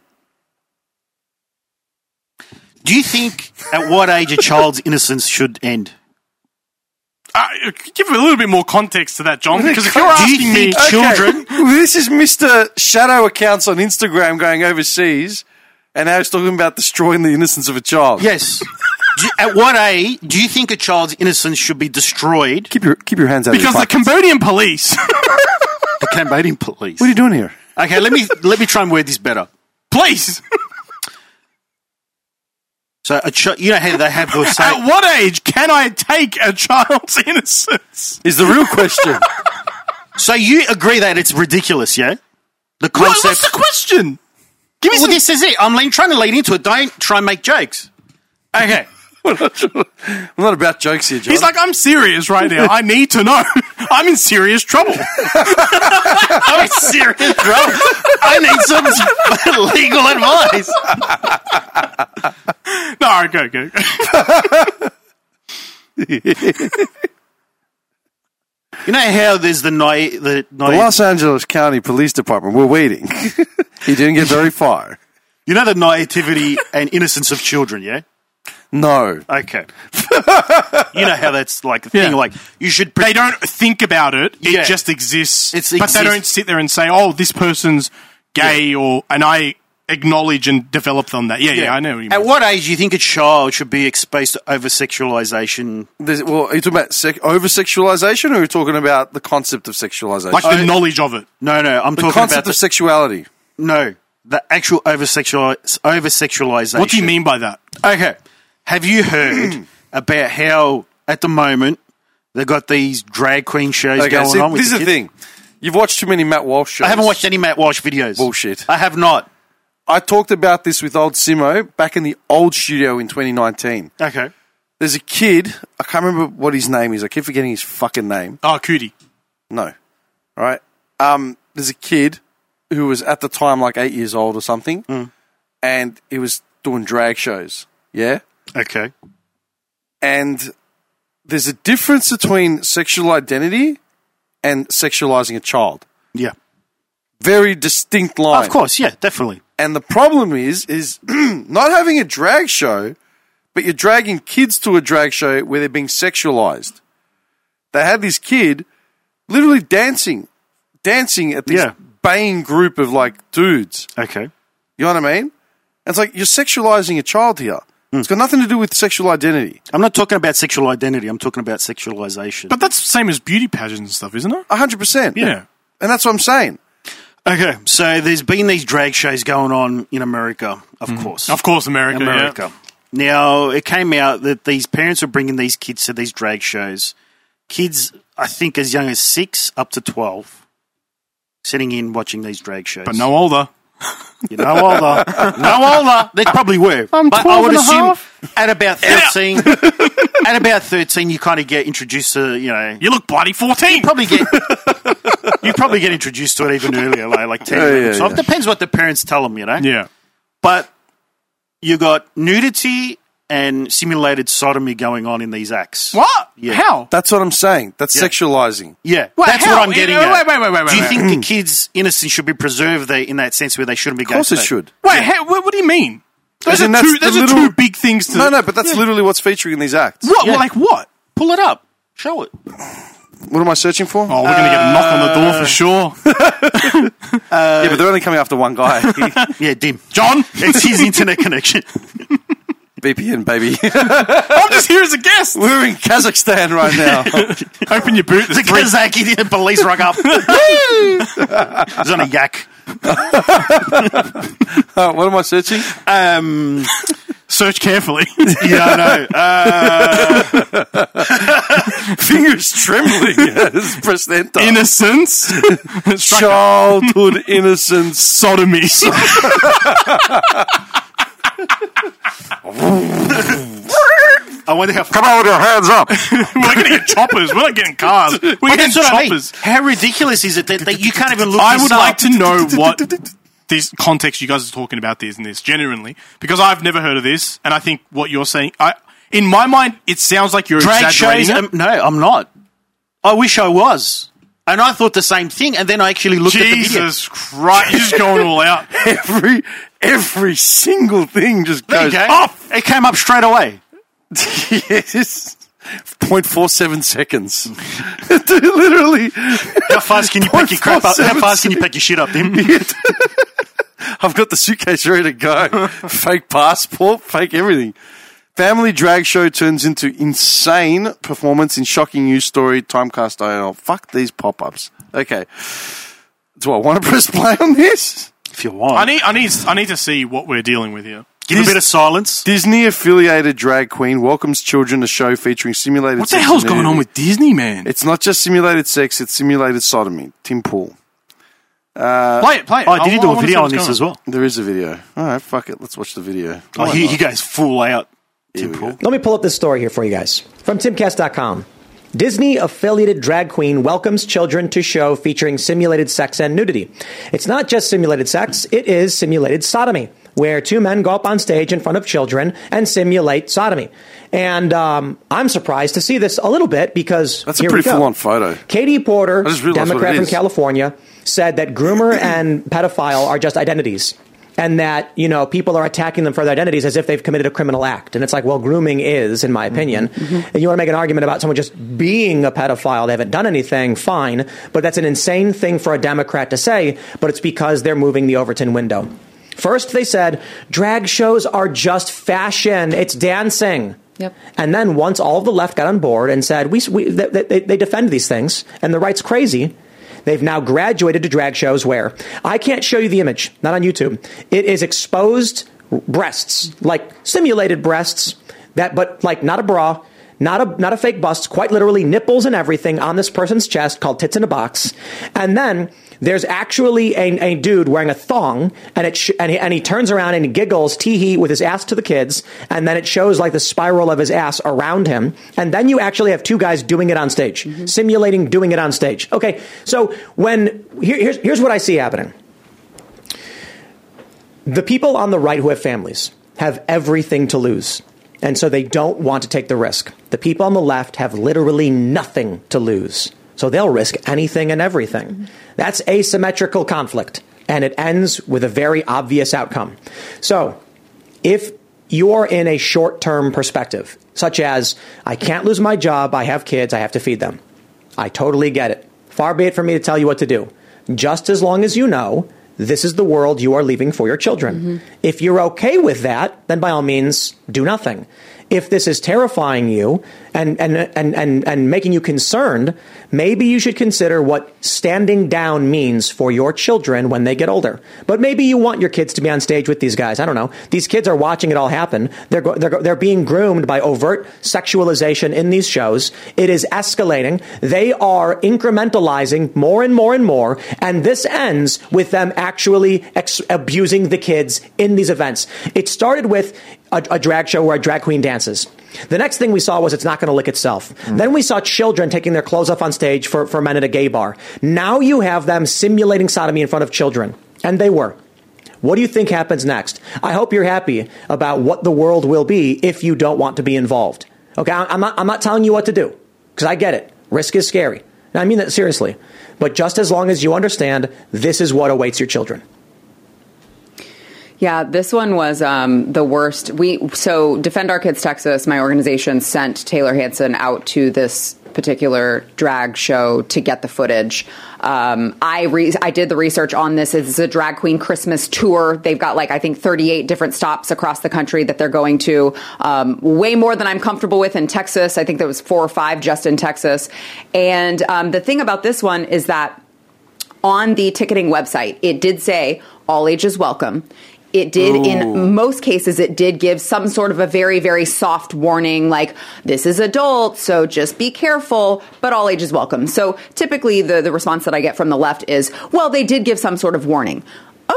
Speaker 2: Do you think at what age a child's innocence should end?
Speaker 3: Uh, give a little bit more context to that, John, because if you're
Speaker 2: Do you
Speaker 3: asking me,
Speaker 2: think- Children.
Speaker 1: Okay. this is Mister Shadow accounts on Instagram going overseas, and now he's talking about destroying the innocence of a child.
Speaker 2: Yes. do you- at what age do you think a child's innocence should be destroyed?
Speaker 1: keep your keep your hands out.
Speaker 3: because
Speaker 1: of
Speaker 3: the
Speaker 1: your pockets.
Speaker 3: Cambodian police,
Speaker 2: The Cambodian police.
Speaker 1: what are you doing here?
Speaker 2: Okay, let me let me try and word this better.
Speaker 3: police,
Speaker 2: So, a ch- you know how they have those
Speaker 3: at
Speaker 2: say,
Speaker 3: what age can I take a child's innocence?
Speaker 1: Is the real question?
Speaker 2: so you agree that it's ridiculous, yeah? The
Speaker 3: What,
Speaker 2: concept.
Speaker 3: what's the question? Give me
Speaker 2: well,
Speaker 3: some.
Speaker 2: this is it. I'm lean, trying to lead into it. Don't try and make jokes. Okay.
Speaker 1: I'm not about jokes here, John.
Speaker 3: He's like, I'm serious right now. I need to know. I'm in serious trouble.
Speaker 2: I'm serious, bro. I need some legal advice.
Speaker 3: No, okay, okay.
Speaker 2: You know how there's the night, the
Speaker 1: the
Speaker 2: naive,
Speaker 1: Los Angeles County Police Department. We're waiting. he didn't get very far.
Speaker 2: you know the naivety and innocence of children, yeah?
Speaker 1: No.
Speaker 2: Okay. you know how that's like a thing.
Speaker 3: Yeah.
Speaker 2: Like you should.
Speaker 3: They don't think about it. It
Speaker 2: Yeah.
Speaker 3: just exists.
Speaker 2: It's
Speaker 3: but
Speaker 2: exist-
Speaker 3: they don't sit there and say, "Oh, this person's gay," or and I acknowledge and develop on that. Yeah, yeah, I know. What you
Speaker 2: At
Speaker 3: mean.
Speaker 2: what age do you think a child should be exposed to over sexualization?
Speaker 1: There's, well, are you talking about sec- over sexualization or are you talking about the concept of sexualization?
Speaker 3: like the knowledge of it.
Speaker 2: No, no, I'm
Speaker 1: the
Speaker 2: talking about
Speaker 1: concept
Speaker 2: the,
Speaker 1: of sexuality.
Speaker 2: no, the actual over sexualization.
Speaker 3: What do you mean by that?
Speaker 2: Okay. Have you heard about how at the moment they got these drag queen shows
Speaker 1: Okay,
Speaker 2: going
Speaker 1: see,
Speaker 2: on? With
Speaker 1: this is the
Speaker 2: kids?
Speaker 1: thing. You've watched too many Matt Walsh shows.
Speaker 2: I haven't watched any Matt Walsh videos.
Speaker 1: Bullshit.
Speaker 2: I have not.
Speaker 1: I talked about this with old Simo back in the old studio in 2019.
Speaker 2: Okay.
Speaker 1: There's a kid, I can't remember what his name is. I keep forgetting his fucking name.
Speaker 3: Oh, cootie.
Speaker 1: No. All right. Um, there's a kid who was at the time like eight years old or something, and he was doing drag shows. Yeah.
Speaker 2: Okay.
Speaker 1: And there's a difference between sexual identity and sexualizing a child.
Speaker 2: Yeah.
Speaker 1: Very distinct line.
Speaker 2: Of course. Yeah. Definitely.
Speaker 1: And the problem is, is not having a drag show, but you're dragging kids to a drag show where they're being sexualized. They had this kid literally dancing, dancing at this
Speaker 2: Yeah.
Speaker 1: baying group of like dudes.
Speaker 2: Okay.
Speaker 1: You know what I mean? It's like you're sexualizing a child here. It's got nothing to do with sexual identity.
Speaker 2: I'm not talking about sexual identity. I'm talking about sexualization.
Speaker 3: But that's the same as beauty pageants and stuff, isn't it?
Speaker 1: Oh, 100%.
Speaker 3: Yeah.
Speaker 1: And that's what I'm saying.
Speaker 2: okay. So there's been these drag shows going on in America, of course.
Speaker 3: Mm-hmm. Of course, America. yeah.
Speaker 2: America. Now, it came out that these parents were bringing these kids to these drag shows. Kids, I think, as young as six up to 12, sitting in watching these drag shows.
Speaker 3: But no older.
Speaker 2: You know, no older. No older. They probably were.
Speaker 3: I'm 12 and a
Speaker 2: at about 13, at about 13, you kind of get introduced to, you know, you
Speaker 3: You look bloody 14.
Speaker 2: probably get. You probably get introduced to it even earlier, like, like 10
Speaker 1: Yeah, yeah,
Speaker 2: So
Speaker 1: yeah.
Speaker 2: it depends what the parents tell them, you know?
Speaker 3: yeah.
Speaker 2: But you got nudity and simulated sodomy going on in these acts.
Speaker 3: What?
Speaker 2: Yeah.
Speaker 3: How?
Speaker 1: That's what I'm saying. That's sexualizing.
Speaker 2: Yeah,
Speaker 3: Wait,
Speaker 2: that's
Speaker 3: how?
Speaker 2: what I'm getting
Speaker 3: Yeah,
Speaker 2: at.
Speaker 3: wait, wait, wait, wait,
Speaker 2: Do you
Speaker 3: wait.
Speaker 2: think the kids' innocence should be preserved there in that sense where they shouldn't be
Speaker 1: Of
Speaker 2: going?
Speaker 1: course
Speaker 2: to
Speaker 1: it
Speaker 2: that?
Speaker 1: should.
Speaker 3: Wait, how, what, what do you mean? Those,
Speaker 1: As
Speaker 3: are
Speaker 1: in that's
Speaker 3: two,
Speaker 1: the
Speaker 3: those are
Speaker 1: little-
Speaker 3: two big things to.
Speaker 1: No, no, but that's literally what's featuring in these acts.
Speaker 3: What?
Speaker 2: Yeah.
Speaker 3: Like what?
Speaker 2: Pull it up. Show it.
Speaker 1: What am I searching for?
Speaker 2: Uh,
Speaker 3: Oh, we're going to get a knock on the door for sure.
Speaker 1: yeah, but they're only coming after one guy.
Speaker 2: Yeah, dim.
Speaker 3: John,
Speaker 2: It's his internet connection.
Speaker 1: VPN, baby.
Speaker 3: I'm just here as a guest.
Speaker 1: We're in Kazakhstan right now.
Speaker 3: Open your boot.
Speaker 2: The Kazaki the police rug up. He's on a yak.
Speaker 1: Uh, what am I searching?
Speaker 2: Um,
Speaker 3: Search carefully.
Speaker 2: yeah, I know.
Speaker 1: Fingers trembling. Just press enter.
Speaker 3: Innocence,
Speaker 1: Childhood innocence.
Speaker 3: sodomy.
Speaker 2: I wonder how.
Speaker 1: Come on with your hands up.
Speaker 3: We're going to get choppers. We're not getting cars. We're
Speaker 2: But
Speaker 3: getting
Speaker 2: that's what I mean.
Speaker 3: choppers.
Speaker 2: How ridiculous is it that, that you can't even look?
Speaker 3: I
Speaker 2: this
Speaker 3: would
Speaker 2: up?
Speaker 3: like to know what this context you guys are talking about this and this genuinely because I've never heard of this, and I think what you're saying, I in my mind, it sounds like you're
Speaker 2: drag
Speaker 3: exaggerating.
Speaker 2: shows.
Speaker 3: it.
Speaker 2: Um, no, I'm not. I wish I was. And I thought the same thing. And then I actually looked at
Speaker 3: Jesus Christ, you're just going all out.
Speaker 1: Every, every single thing just
Speaker 2: the
Speaker 1: goes
Speaker 2: video.
Speaker 1: up.
Speaker 2: Oh, it came up straight away.
Speaker 1: yes. 0.47 seconds. Dude, literally.
Speaker 2: How fast can you pick your crap up? How
Speaker 1: 0.47
Speaker 2: fast can you pick your shit up, Tim?
Speaker 1: I've got the suitcase ready to go. fake passport, fake everything. Family drag show turns into insane performance in shocking news story, timecast IL. Fuck these pop ups. Okay. Do I want to press play on this?
Speaker 2: If you want,
Speaker 3: I need, I need, I need to see what we're dealing with here.
Speaker 2: give a bit of silence.
Speaker 1: Disney affiliated drag queen welcomes children to show featuring simulated
Speaker 3: What the
Speaker 1: sex
Speaker 3: hell's
Speaker 1: and
Speaker 3: going on
Speaker 1: nudity.
Speaker 3: with Disney, man?
Speaker 1: It's not just simulated sex, it's simulated sodomy. Tim Pool.
Speaker 3: play it, play it.
Speaker 2: Oh, did you do a
Speaker 3: wanna see
Speaker 2: video on
Speaker 3: what's
Speaker 2: this
Speaker 3: going
Speaker 2: as well?
Speaker 1: There is a video. All right, fuck it. Let's watch the video.
Speaker 2: Oh, he, he goes full out. Tim Pool.
Speaker 5: Let me pull up this story here for you guys from timcast.com. Disney affiliated drag queen welcomes children to show featuring simulated sex and nudity. It's not just simulated sex, it is simulated sodomy, where two men go up on stage in front of children and simulate sodomy. And um, I'm surprised to see this a little bit because
Speaker 1: That's
Speaker 5: here
Speaker 1: a
Speaker 5: we
Speaker 1: pretty
Speaker 5: go. Mm.
Speaker 1: full on photo.
Speaker 5: Katie Porter,
Speaker 1: I just realized what
Speaker 5: Democrat
Speaker 1: it
Speaker 5: from
Speaker 1: is.
Speaker 5: California, said that groomer and pedophile are just identities. And that, you know, people are attacking them for their identities as if they've committed a criminal act. And it's like, well, grooming is, in my opinion. And you want to make an argument about someone just being a pedophile, they haven't done anything, fine. But that's an insane thing for a Democrat to say, but it's because they're moving the Overton window. First, they said drag shows are just fashion, it's dancing.
Speaker 6: Yep.
Speaker 5: And then once all of the left got on board and said, we, we, they, they, they defend these things, and the right's crazy, they've now graduated to drag shows where I can't show you the image, not on YouTube. It is exposed breasts, like simulated breasts, that but like not a bra. Not a, not a fake bust, quite literally nipples and everything on this person's chest called tits in a box. And then there's actually a, a dude wearing a thong and it sh- and, he, and he turns around and he giggles tee hee with his ass to the kids and then it shows like the spiral of his ass around him and then you actually have two guys doing it on stage simulating doing it on stage okay so when here, here's, here's what i see happening the people on the right who have families have everything to lose And so they don't want to take the risk. The people on the left have literally nothing to lose. So they'll risk anything and everything. That's asymmetrical conflict. And it ends with a very obvious outcome. So if you're in a short term perspective, such as, I can't lose my job, I have kids, I have to feed them. I totally get it. Far be it from me to tell you what to do. Just as long as you know this is the world you are leaving for your children. If you're okay with that, then by all means, do nothing. If this is terrifying you and, and, and, and, and making you concerned, maybe you should consider what standing down means for your children when they get older. But maybe you want your kids to be on stage with these guys. I don't know. These kids are watching it all happen. They're, go- they're, go- they're being groomed by overt sexualization in these shows. It is escalating. They are incrementalizing more and more and more. And this ends with them actually ex- abusing the kids in these events. It started with a, a drag show where a drag queen dances. The next thing we saw was it's not going to lick itself. Then we saw children taking their clothes off on stage for, for men at a gay bar. Now you have them simulating sodomy in front of children. And they were. What do you think happens next? I hope you're happy about what the world will be if you don't want to be involved. Okay, I- I'm not, I'm not telling you what to do because I get it. Risk is scary. And I mean that seriously. But just as long as you understand, this is what awaits your children.
Speaker 6: Yeah, this one was um, the worst. We so Defend Our Kids Texas, my organization sent Taylor Hanson out to this particular drag show to get the footage. Um, I re- I did the research on this. It's a drag queen Christmas tour. They've got like I think 38 different stops across the country that they're going to. Um, way more than I'm comfortable with in Texas. I think there was four or five just in Texas. And um, the thing about this one is that on the ticketing website, it did say all ages welcome. It did, in most cases, it did give some sort of a very, very soft warning like, this is adult, so just be careful, but all ages welcome. So typically, the, the response that I get from the left is, well, they did give some sort of warning.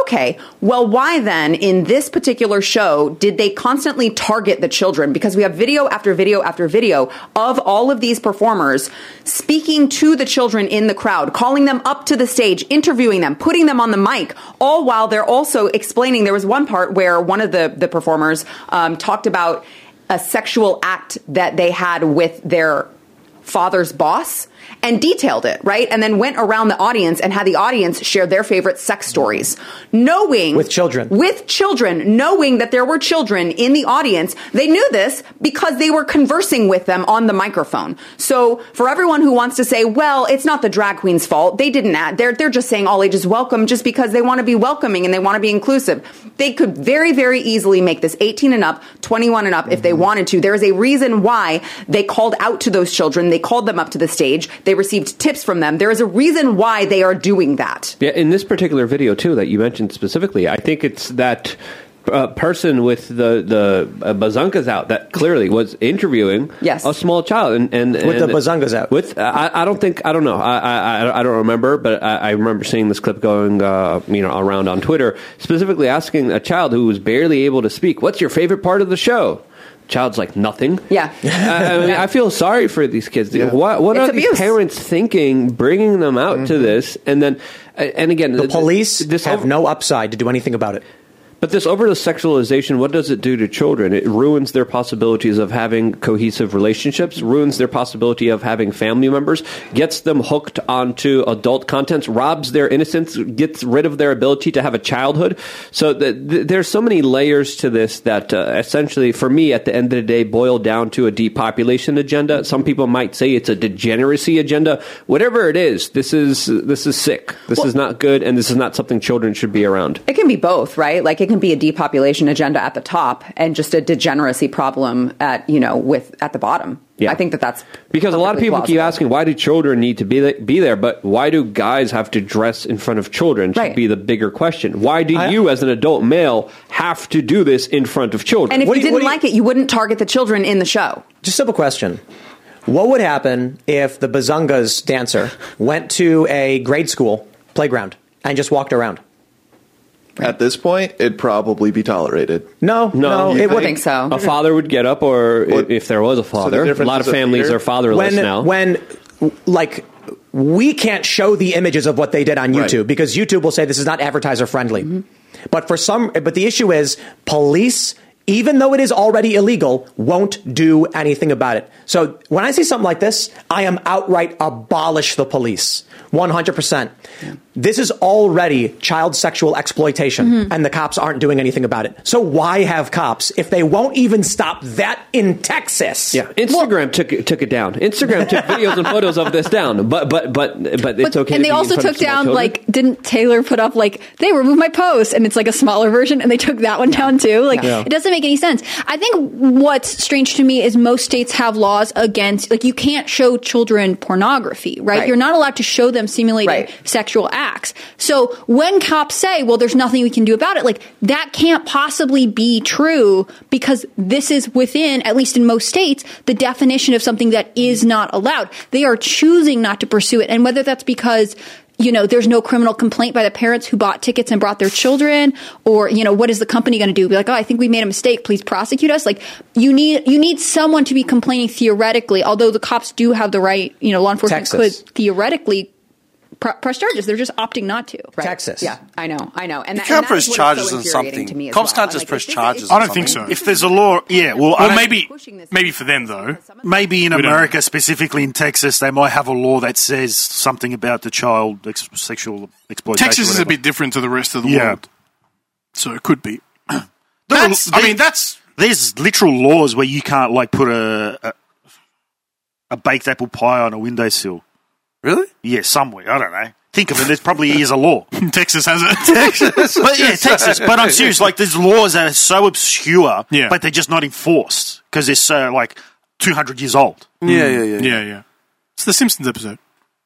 Speaker 6: Okay, well, why then, in this particular show, did they constantly target the children? Because we have video after video after video of all of these performers speaking to the children in the crowd, calling them up to the stage, interviewing them, putting them on the mic, all while they're also explaining. There was one part where one of the, the performers um, talked about a sexual act that they had with their father's boss and detailed it, right? And then went around the audience and had the audience share their favorite sex stories, knowing
Speaker 5: With children.
Speaker 6: With children, knowing that there were children in the audience. They knew this because they were conversing with them on the microphone. So for everyone who wants to say, well, it's not the drag queen's fault. They didn't add, they're, they're just saying all ages welcome just because they want to be welcoming and they want to be inclusive. They could very, very easily make this 18 and up, 21 and up if they wanted to. There is a reason why they called out to those children. They called them up to the stage. They received tips from them. There is a reason why they are doing that.
Speaker 7: Yeah, in this particular video too that you mentioned specifically, I think it's that uh, person with the the uh, bazunkas out that clearly was interviewing
Speaker 6: Yes.
Speaker 7: a small child and, and
Speaker 5: With the
Speaker 7: and-
Speaker 5: bazungas out.
Speaker 7: with I, I don't think I don't know I I, I- I don't remember but I, I remember seeing this clip going uh, you know around on Twitter specifically asking a child who was barely able to speak what's your favorite part of the show child's like nothing
Speaker 6: Yeah.
Speaker 7: I, I mean I feel sorry for these kids what what
Speaker 6: It's
Speaker 7: are these
Speaker 6: abuse.
Speaker 7: parents thinking bringing them out to this and then uh, and again
Speaker 5: Mm-hmm. The police have
Speaker 7: over-
Speaker 5: no upside to do anything about it.
Speaker 7: But this over the sexualization, what does it do to children? It ruins their possibilities of having cohesive relationships, ruins their possibility of having family members, gets them hooked onto adult contents, robs their innocence, gets rid of their ability to have a childhood. So th- th- there's so many layers to this that uh, essentially, for me, at the end of the day, boil down to a depopulation agenda. Some people might say it's a degeneracy agenda. Whatever it is, this is this is sick. This is not good, and this is not something children should be around.
Speaker 6: It can be both, right? Like it can be a depopulation agenda at the top and just a degeneracy problem at, you know, with at the bottom.
Speaker 7: Yeah.
Speaker 6: I think that that's
Speaker 7: Because a lot of
Speaker 6: perfectly
Speaker 7: people keep
Speaker 6: plausible.
Speaker 7: asking, why do children need to be th- be there? But why do guys have to dress in front of children? Should
Speaker 6: Right.
Speaker 7: be the bigger question. Why do
Speaker 5: I-
Speaker 7: you, as an adult male, have to do this in front of children?
Speaker 6: And if
Speaker 5: What
Speaker 6: you
Speaker 5: do you- what
Speaker 6: didn't
Speaker 5: do you-
Speaker 6: like it, you wouldn't target the children in the show.
Speaker 5: Just simple question. What would happen if the Bazungas dancer went to a grade school playground and just walked around?
Speaker 8: At this point, it'd probably be tolerated.
Speaker 5: No, no,
Speaker 7: No, you
Speaker 5: it
Speaker 6: I
Speaker 5: would
Speaker 6: think so.
Speaker 7: a father would get up, or i- if there was a father, a
Speaker 8: difference
Speaker 7: lot of
Speaker 8: is a
Speaker 7: families
Speaker 8: fear?
Speaker 7: are fatherless
Speaker 5: When
Speaker 7: now.
Speaker 5: when like we can't show the images of what they did on
Speaker 8: Right.
Speaker 5: YouTube because YouTube will say this is not advertiser friendly. But for some but the issue is police even though it is already illegal, won't do anything about it. So when I see something like this, I am outright abolish the police. 100%. This is already child sexual exploitation, and the cops aren't doing anything about it. So why have cops if they won't even stop that in Texas?
Speaker 9: Yeah, Instagram took it, took it down. Instagram took videos and photos of this down, but but but but it's
Speaker 10: But-
Speaker 9: okay. to
Speaker 10: and they
Speaker 9: be in
Speaker 10: also
Speaker 9: front of
Speaker 10: took
Speaker 9: small
Speaker 10: down
Speaker 9: children.
Speaker 10: like didn't Taylor put up like they removed my post and it's like a smaller version and they took that one down too. Like
Speaker 9: Yeah.
Speaker 10: it doesn't make any sense. I think what's strange to me is most states have laws against like you can't show children pornography, right?
Speaker 6: Right.
Speaker 10: You're not allowed to show them simulating
Speaker 6: Right.
Speaker 10: sexual acts. So when cops say, "Well, there's nothing we can do about it," like that can't possibly be true because this is within at least in most states the definition of something that is not allowed. They are choosing not to pursue it and whether that's because you know, there's no criminal complaint by the parents who bought tickets and brought their children, or you know, what is the company going to do? Be like, oh, I think we made a mistake. Please prosecute us. Like, you need you need someone to be complaining theoretically. Although the cops do have the right, you know, law enforcement
Speaker 5: Texas.
Speaker 10: could theoretically pr- press charges. They're just opting not to.
Speaker 6: Right.
Speaker 5: Texas.
Speaker 6: Yeah, I know, I know. And that,
Speaker 1: can't
Speaker 6: and that's
Speaker 1: press
Speaker 6: what is
Speaker 1: charges
Speaker 6: so
Speaker 1: on
Speaker 6: infuriating
Speaker 1: something.
Speaker 6: To me as
Speaker 1: Cops
Speaker 6: well.
Speaker 1: can't just
Speaker 6: Like,
Speaker 1: press
Speaker 6: this is-
Speaker 1: charges
Speaker 6: it's-
Speaker 1: on
Speaker 3: I don't think so.
Speaker 1: something.
Speaker 2: If there's a law, yeah. Well, I
Speaker 3: Well,
Speaker 2: don't-
Speaker 3: maybe
Speaker 6: pushing this
Speaker 3: maybe for them though.
Speaker 2: maybe in
Speaker 3: We don't know.
Speaker 2: America, specifically in Texas, they might have a law that says something about the child ex- sexual exploitation.
Speaker 3: Texas is a
Speaker 2: whatever.
Speaker 3: bit different to the rest of the
Speaker 2: Yeah.
Speaker 3: world, so it could be.
Speaker 2: There are-
Speaker 3: That's- I
Speaker 2: there-
Speaker 3: mean, that's-
Speaker 2: there's literal laws where you can't like put a a, a baked apple pie on a windowsill.
Speaker 1: Really?
Speaker 2: Yeah, somewhere. I don't know. Think of it. There's probably is a law.
Speaker 3: Texas has it.
Speaker 2: but yeah, Texas. But I'm serious. Like, there's laws that are so obscure,
Speaker 3: Yeah.
Speaker 2: but they're just not enforced because they're so like 200 years old.
Speaker 1: Yeah, yeah, yeah.
Speaker 3: yeah, yeah. It's the Simpsons episode,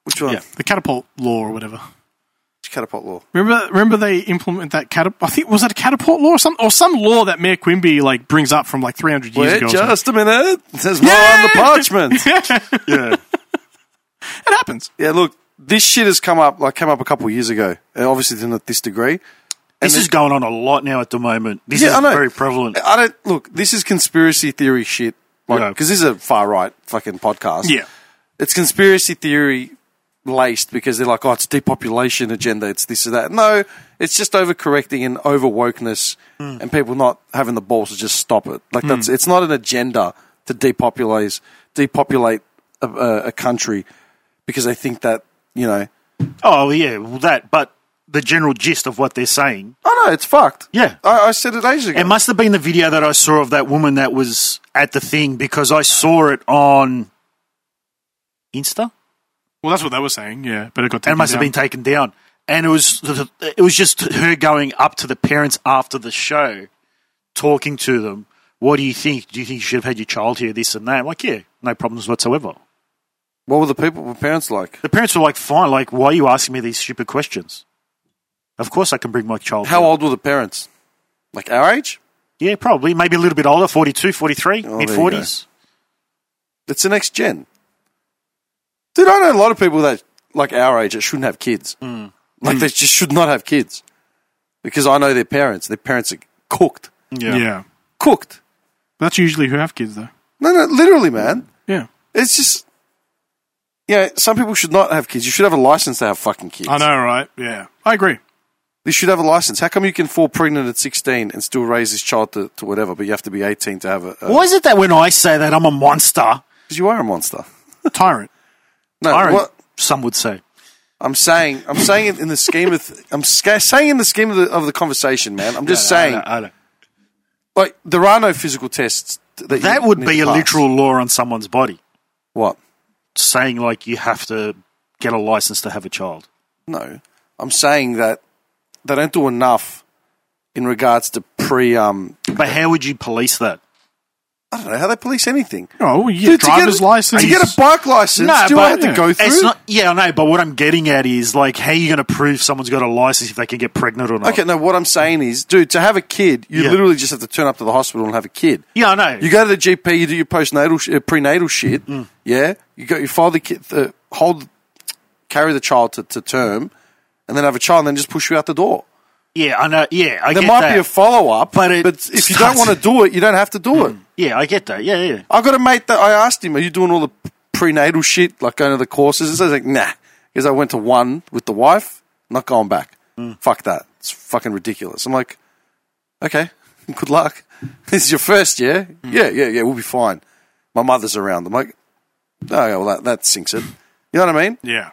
Speaker 1: Which one?
Speaker 2: Yeah.
Speaker 3: the catapult law or whatever.
Speaker 1: Which catapult law?
Speaker 3: Remember, remember they implement that catapult. I think was it a catapult law or some or some law that Mayor Quimby like brings up from like 300 years
Speaker 1: Wait
Speaker 3: ago. or something.
Speaker 1: just a minute. There's more on the parchment.
Speaker 3: It happens.
Speaker 1: Yeah, look, this shit has come up like came up a couple of years ago, and obviously to not this degree.
Speaker 2: This is going on a lot now at the moment. This
Speaker 1: Yeah,
Speaker 2: is
Speaker 1: I know.
Speaker 2: very prevalent.
Speaker 1: I don't look. This is conspiracy theory shit, like
Speaker 2: Yeah.
Speaker 1: because this is a far right fucking podcast.
Speaker 3: Yeah.
Speaker 1: it's conspiracy theory laced because they're like, oh, it's depopulation agenda, it's this or that. No, it's just overcorrecting and over wokeness,
Speaker 2: Hmm.
Speaker 1: and people not having the balls to just stop it. Like that's it's not an agenda to depopulate depopulate a, a, a country because they think that you know.
Speaker 2: Oh yeah, well, that. But the general gist of what they're saying.
Speaker 1: Oh no, it's fucked.
Speaker 2: Yeah.
Speaker 1: I, I said it ages ago.
Speaker 2: It must have been the video that I saw of that woman that was at the thing because I saw it on Insta.
Speaker 3: Well, that's what they were saying. Yeah, but it
Speaker 2: and it
Speaker 3: got. taken
Speaker 2: must have
Speaker 3: down.
Speaker 2: been taken down. And it was it was just her going up to the parents after the show, talking to them. What do you think? Do you think you should have had your child here? This and that. I'm like, yeah, no problems whatsoever.
Speaker 1: what were the people, were parents like?
Speaker 2: The parents were like, fine. Like, why are you asking me these stupid questions? Of course, I can bring my child.
Speaker 1: How
Speaker 2: here.
Speaker 1: old were the parents? Like our age?
Speaker 2: Yeah, probably. Maybe a little bit older, 42, 43,
Speaker 1: Oh,
Speaker 2: mid
Speaker 1: there you go.
Speaker 2: 40s.
Speaker 1: It's the next gen. Dude, I know a lot of people that like our age that shouldn't have kids. Like they just should not have kids because I know their parents. Their parents are cooked,
Speaker 3: Yeah.
Speaker 1: cooked.
Speaker 3: that's usually who have kids though.
Speaker 1: No, no, literally, man.
Speaker 3: Yeah,
Speaker 1: It's just. Yeah, some people should not have kids. You should have a license to have fucking kids.
Speaker 3: I know, right? Yeah, I agree.
Speaker 1: You should have a license. How come you can fall pregnant at 16 and still raise this child to, to whatever, but you have to be 18 to have a. a-
Speaker 2: Why is it that when I say that I'm a monster,
Speaker 1: Because you are a monster.
Speaker 3: Tyrant.
Speaker 1: No,
Speaker 2: Iron,
Speaker 1: Uh, what,
Speaker 2: some would say.
Speaker 1: I'm saying, I'm saying it in the scheme of, th- I'm sca- saying in the scheme of the, of the conversation, man. I'm just saying,
Speaker 2: I don't- I don't-
Speaker 1: like there are no physical tests th- that you
Speaker 2: That would
Speaker 1: need
Speaker 2: be
Speaker 1: to
Speaker 2: a
Speaker 1: pass.
Speaker 2: literal law on someone's body.
Speaker 1: What?
Speaker 2: saying like you have to get a license to have a child.
Speaker 1: No, I'm saying that they don't do enough in regards to pre. Um,
Speaker 2: But how would you police that?
Speaker 1: I don't know how they police anything.
Speaker 3: Oh, well, you get a
Speaker 1: to get
Speaker 3: driver's
Speaker 1: a-
Speaker 3: license.
Speaker 1: to get a bike license.
Speaker 2: No,
Speaker 1: do I
Speaker 2: but-
Speaker 1: have to
Speaker 3: yeah.
Speaker 1: go through?
Speaker 2: It's not. Yeah, I know. But what I'm getting at is like, how are you going to prove someone's got a license if they can get pregnant or not?
Speaker 1: Okay, no. What I'm saying is, dude, to have a kid, you
Speaker 2: Yeah.
Speaker 1: literally just have to turn up to the hospital and have a kid.
Speaker 2: Yeah, I know.
Speaker 1: You go to the GP, you do your postnatal, sh- uh, prenatal shit.
Speaker 2: Mm.
Speaker 1: Yeah, you go, you follow the kid, uh, hold, carry the child to, to term, and then have a child, and then just push you out the door.
Speaker 2: yeah, I know. Yeah, I
Speaker 1: There
Speaker 2: get
Speaker 1: might
Speaker 2: that.
Speaker 1: be a follow up,
Speaker 2: But
Speaker 1: but,
Speaker 2: it
Speaker 1: if you don't
Speaker 2: starts- Mm.
Speaker 1: want to do it, you don't have to do it.
Speaker 2: yeah, I get that. Yeah, yeah.
Speaker 1: I got a mate that I asked him, "Are you doing all the prenatal shit, like going to the courses?" And so I was like, "Nah," because I went to one with the wife, not going back. Fuck that. It's fucking ridiculous. I'm like, okay, good luck. This is your first, yeah? Yeah, yeah, yeah. We'll be fine. My mother's around. I'm like, oh, yeah, well, that, that sinks it. You know what I mean?
Speaker 3: Yeah.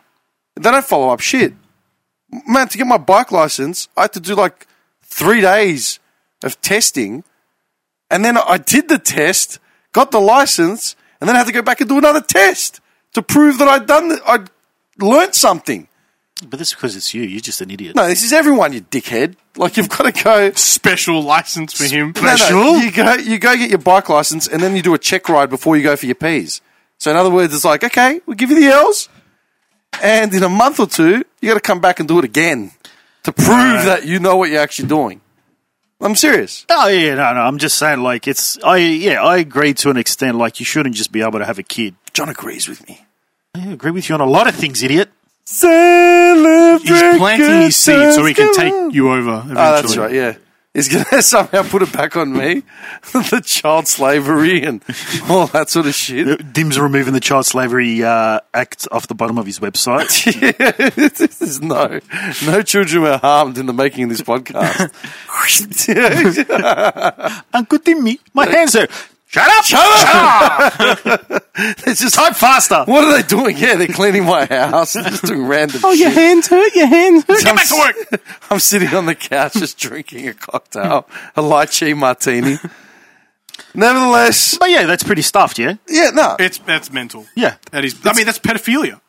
Speaker 1: They don't follow up shit. Man, to get my bike license, I had to do like three days of testing. And then I did the test, got the license, and then I had to go back and do another test to prove that I'd done, the, I'd learnt something.
Speaker 2: But this is because it's you. You're just an idiot.
Speaker 1: No, this is everyone, you dickhead. Like, you've got to go.
Speaker 3: Special license for him.
Speaker 1: No, no, You go, you go get your bike license, and then you do a check ride before you go for your P's. So in other words, it's like, okay, we'll give you the L's, and in a month or two, you got to come back and do it again to prove that you know what you're actually doing. I'm serious.
Speaker 2: Oh yeah, no, no. I'm just saying, like it's. I yeah, I agree to an extent. Like you shouldn't just be able to have a kid.
Speaker 1: John agrees with me.
Speaker 2: I agree with you on a lot of things, idiot.
Speaker 3: He's planting his seed so he can take you over eventually.
Speaker 1: Oh, that's right. Yeah. He's going to somehow put it back on me. the child slavery and all that sort of shit.
Speaker 2: Dim's removing the Child Slavery uh, Act off the bottom of his website.
Speaker 1: Yeah, this is no, no children were harmed in the making of this podcast.
Speaker 2: Uncle Dimmy, my hands are. Shut up! Shut up!
Speaker 1: it's just
Speaker 2: Type faster.
Speaker 1: what are they doing? Yeah, they're cleaning my house. They're just doing random. Oh, shit.
Speaker 3: hands hurt. Your hands hurt.
Speaker 1: I'm, s- I'm sitting on the couch just drinking a cocktail, a lychee martini. Nevertheless,
Speaker 2: But yeah, that's pretty stuffed. Yeah,
Speaker 1: yeah, no,
Speaker 3: It's that's mental.
Speaker 2: Yeah.
Speaker 3: that is. I mean, that's pedophilia.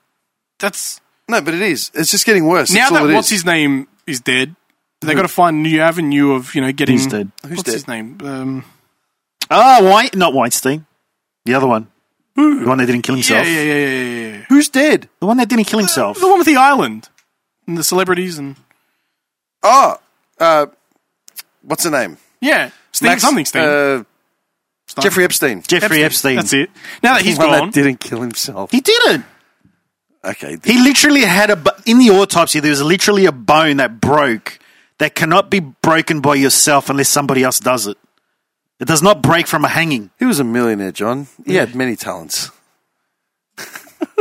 Speaker 3: That's
Speaker 1: no, but it is. It's just getting worse.
Speaker 3: now
Speaker 1: That's all
Speaker 3: that
Speaker 1: it is.
Speaker 3: what's his name is dead. They got to find a new avenue of you know getting.
Speaker 2: Who's dead?
Speaker 1: Who's
Speaker 3: what's
Speaker 1: dead?
Speaker 3: his name? Um,
Speaker 2: Ah, Wein- not Weinstein. The other one. The one that didn't kill
Speaker 3: yeah,
Speaker 2: himself.
Speaker 3: yeah, yeah, yeah, yeah, yeah.
Speaker 1: Who's dead?
Speaker 2: The one that didn't kill himself.
Speaker 3: The one with the island and the celebrities and
Speaker 1: Oh, uh, what's the name?
Speaker 3: yeah, Sting
Speaker 1: Max-
Speaker 3: something Sting.
Speaker 1: Uh,
Speaker 3: Stein.
Speaker 1: Jeffrey Epstein.
Speaker 2: Jeffrey Epstein.
Speaker 3: That's it. Now that he's
Speaker 1: The one
Speaker 3: gone,
Speaker 1: That didn't kill himself.
Speaker 2: He didn't.
Speaker 1: Okay.
Speaker 2: He literally had a bu- in the autopsy. There was literally a bone that broke that cannot be broken by yourself unless somebody else does it. It does not break from a hanging.
Speaker 1: He was a millionaire, John. He had many talents.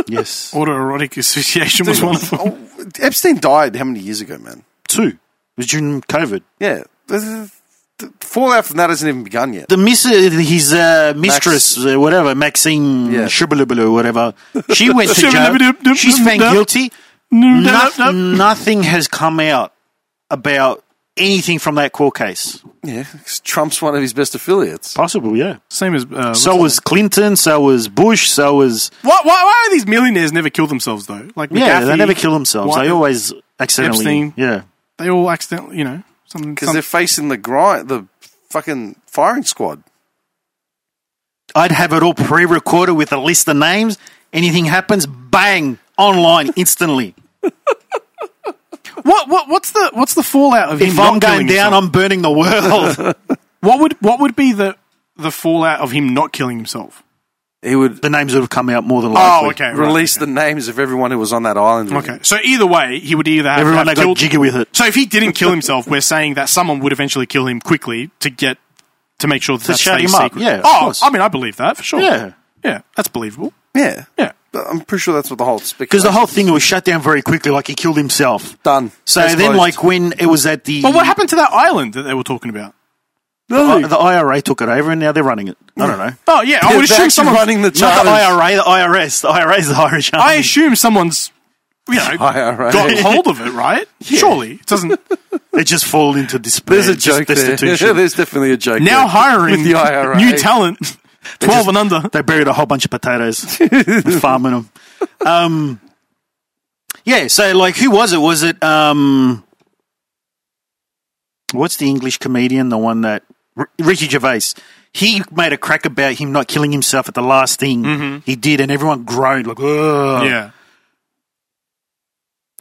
Speaker 2: Yes,
Speaker 3: autoerotic association was one of them.
Speaker 1: Oh, Epstein died how many years ago, man?
Speaker 2: two. It was during COVID.
Speaker 1: Yeah. The the fallout from that hasn't even begun yet.
Speaker 2: The miss, his uh, mistress, uh, whatever Maxine
Speaker 1: Yeah.
Speaker 2: yeah. whatever, she went to jail.
Speaker 3: Shubbalubadub,
Speaker 2: She's found
Speaker 3: dub.
Speaker 2: guilty.
Speaker 3: Dub, dub,
Speaker 2: Noth-
Speaker 3: dub.
Speaker 2: nothing has come out about anything from that court case.
Speaker 1: Yeah. 'cause Trump's one of his best affiliates.
Speaker 2: Possible, yeah.
Speaker 3: Same as uh,
Speaker 2: So was Clinton. So was Bush. So was
Speaker 3: Why, why, why do these millionaires never kill themselves though? Like
Speaker 2: yeah.
Speaker 3: McAfee,
Speaker 2: They never kill themselves.
Speaker 3: White-
Speaker 2: they always accidentally.
Speaker 3: Epstein.
Speaker 2: Yeah.
Speaker 3: they all accidentally, you know, something.
Speaker 1: Because they're facing the grind, the fucking firing squad.
Speaker 2: I'd have it all pre-recorded with a list of names. Anything happens, bang, online instantly.
Speaker 3: what, what, what's the what's the fallout of him
Speaker 2: If I'm
Speaker 3: not
Speaker 2: going
Speaker 3: killing
Speaker 2: down,
Speaker 3: himself?
Speaker 2: I'm burning the world.
Speaker 3: what would what would be the the fallout of him not killing himself?
Speaker 1: He would
Speaker 2: the names would have come out more than likely.
Speaker 3: okay, right,
Speaker 1: release the names of everyone who was on that island. with
Speaker 3: Okay,
Speaker 1: him.
Speaker 3: so either way, he would either have
Speaker 2: Everyone that
Speaker 3: have
Speaker 2: got
Speaker 3: killed,
Speaker 2: jiggy with it.
Speaker 3: So if he didn't kill himself, we're saying that someone would eventually kill him quickly to get to make sure that that
Speaker 2: shut
Speaker 3: stays
Speaker 2: him up,
Speaker 3: secret.
Speaker 2: yeah, of
Speaker 3: oh,
Speaker 2: course.
Speaker 3: I mean, I believe that for sure.
Speaker 2: Yeah.
Speaker 3: yeah, that's believable.
Speaker 1: Yeah.
Speaker 3: Yeah.
Speaker 1: But I'm pretty sure that's what the whole
Speaker 2: Because the whole thing was shut down very quickly, like he killed himself.
Speaker 1: Done.
Speaker 2: So
Speaker 1: Case
Speaker 2: then,
Speaker 1: closed.
Speaker 2: like when it was at the
Speaker 3: But what happened to that island that they were talking about?
Speaker 2: I- the IRA took it over, and now they're running it. I don't know.
Speaker 3: Oh yeah, I
Speaker 1: They're
Speaker 3: would assume
Speaker 1: actually
Speaker 3: someone's
Speaker 1: running the
Speaker 2: Not
Speaker 1: charters.
Speaker 2: the IRA, the IRS. The IRA is the Irish Army.
Speaker 3: I assume someone's you know
Speaker 1: IRA.
Speaker 3: got hold of it, right? Surely it doesn't.
Speaker 2: They just fall into despair.
Speaker 1: There's a
Speaker 2: just
Speaker 1: joke there.
Speaker 2: destitution.
Speaker 1: There's definitely a joke.
Speaker 3: Now
Speaker 1: there.
Speaker 3: hiring
Speaker 1: With the IRA.
Speaker 3: new talent, twelve and under.
Speaker 2: they buried a whole bunch of potatoes, and farming them. Um, yeah. So, like, who was it? Was it um, what's the English comedian? The one that R- Ricky Gervais. He made a crack about him not killing himself at the last thing
Speaker 1: Mm-hmm.
Speaker 2: he did, and everyone groaned like, Ugh.
Speaker 3: Yeah,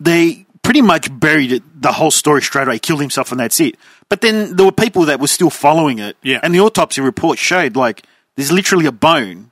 Speaker 2: They pretty much buried it, the whole story straight away. He killed himself, and that's it. But then there were people that were still following it,
Speaker 3: Yeah.
Speaker 2: And the autopsy report showed like there's literally a bone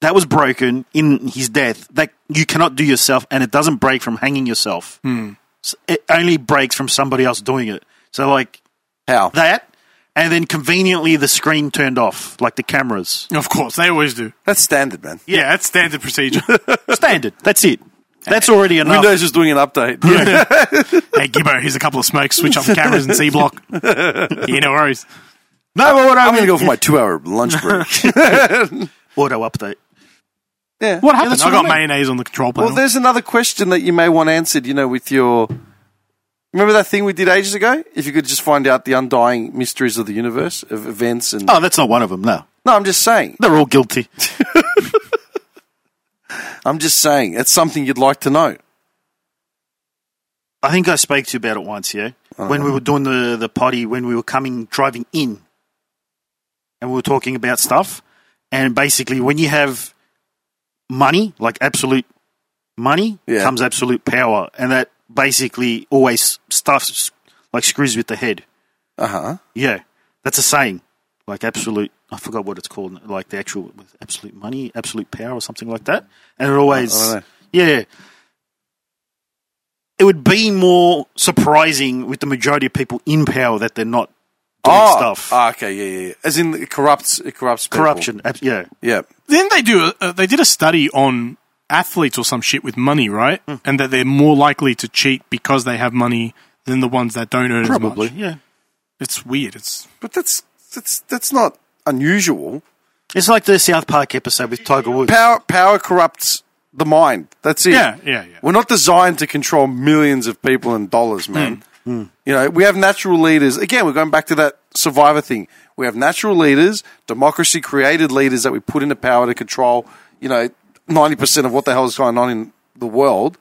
Speaker 2: that was broken in his death that you cannot do yourself and it doesn't break from hanging yourself
Speaker 1: Hmm.
Speaker 2: S- it only breaks from somebody else doing it so like
Speaker 1: How?
Speaker 2: that and then conveniently the screen turned off like the cameras
Speaker 3: of course they always do.
Speaker 1: That's standard, man.
Speaker 3: Yeah, that's standard procedure.
Speaker 2: standard that's it that's already enough
Speaker 1: Windows is doing an update.
Speaker 3: hey Gibbo, here's a couple of smokes. Switch off the cameras and C block. yeah, no worries.
Speaker 1: No, but what I'm going to go for my two hour lunch break.
Speaker 2: Auto update.
Speaker 1: yeah.
Speaker 3: What happened?
Speaker 2: that's
Speaker 3: I
Speaker 2: what
Speaker 3: got
Speaker 2: I mean.
Speaker 3: mayonnaise on the control panel.
Speaker 1: Well, there's another question that you may want answered, you know, with your. Remember that thing we did ages ago? If you could just find out the undying mysteries of the universe, of events and.
Speaker 2: Oh, that's not one of them. No,
Speaker 1: No, I'm just saying.
Speaker 2: they're all guilty.
Speaker 1: I'm just saying. It's something you'd like to know.
Speaker 2: I think I spoke to you about it once, yeah? When we were doing the, the potty, when we were coming, driving in, and we were talking about stuff. And basically, when you have money, like absolute money,
Speaker 1: Yeah.
Speaker 2: comes absolute power. And that basically always stuffs, like screws with the head.
Speaker 1: Uh huh.
Speaker 2: Yeah. That's a saying. Like absolute, I forgot what it's called, like the actual with absolute money, absolute power, or something like that. And it always,
Speaker 1: Oh, I don't know.
Speaker 2: yeah. It would be more surprising with the majority of people in power that they're not doing stuff.
Speaker 1: ah, okay, yeah, yeah, yeah. As in, it corrupts. It corrupts. people.
Speaker 2: Corruption, ab- yeah.
Speaker 1: Yeah.
Speaker 3: Then they do. A, uh, they did a study on athletes or some shit with money, right? And that they're more likely to cheat because they have money than the ones that don't earn
Speaker 2: Probably,
Speaker 3: as much.
Speaker 2: yeah.
Speaker 3: It's weird. It's
Speaker 1: But that's that's that's not unusual.
Speaker 2: It's like the South Park episode with Tiger Woods.
Speaker 1: Power power corrupts the mind. That's it.
Speaker 3: Yeah, yeah, yeah.
Speaker 1: We're not designed to control millions of people and dollars,
Speaker 3: Mm.
Speaker 1: man. You know, we have natural leaders. Again, we're going back to that survivor thing. We have natural leaders. Democracy created leaders that we put into power to control. You know, ninety percent of what the hell is going on in the world.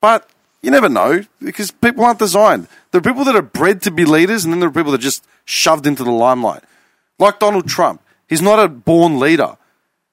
Speaker 1: But you never know because people aren't designed. There are people that are bred to be leaders, and then there are people that are just shoved into the limelight. Like Donald Trump, he's not a born leader.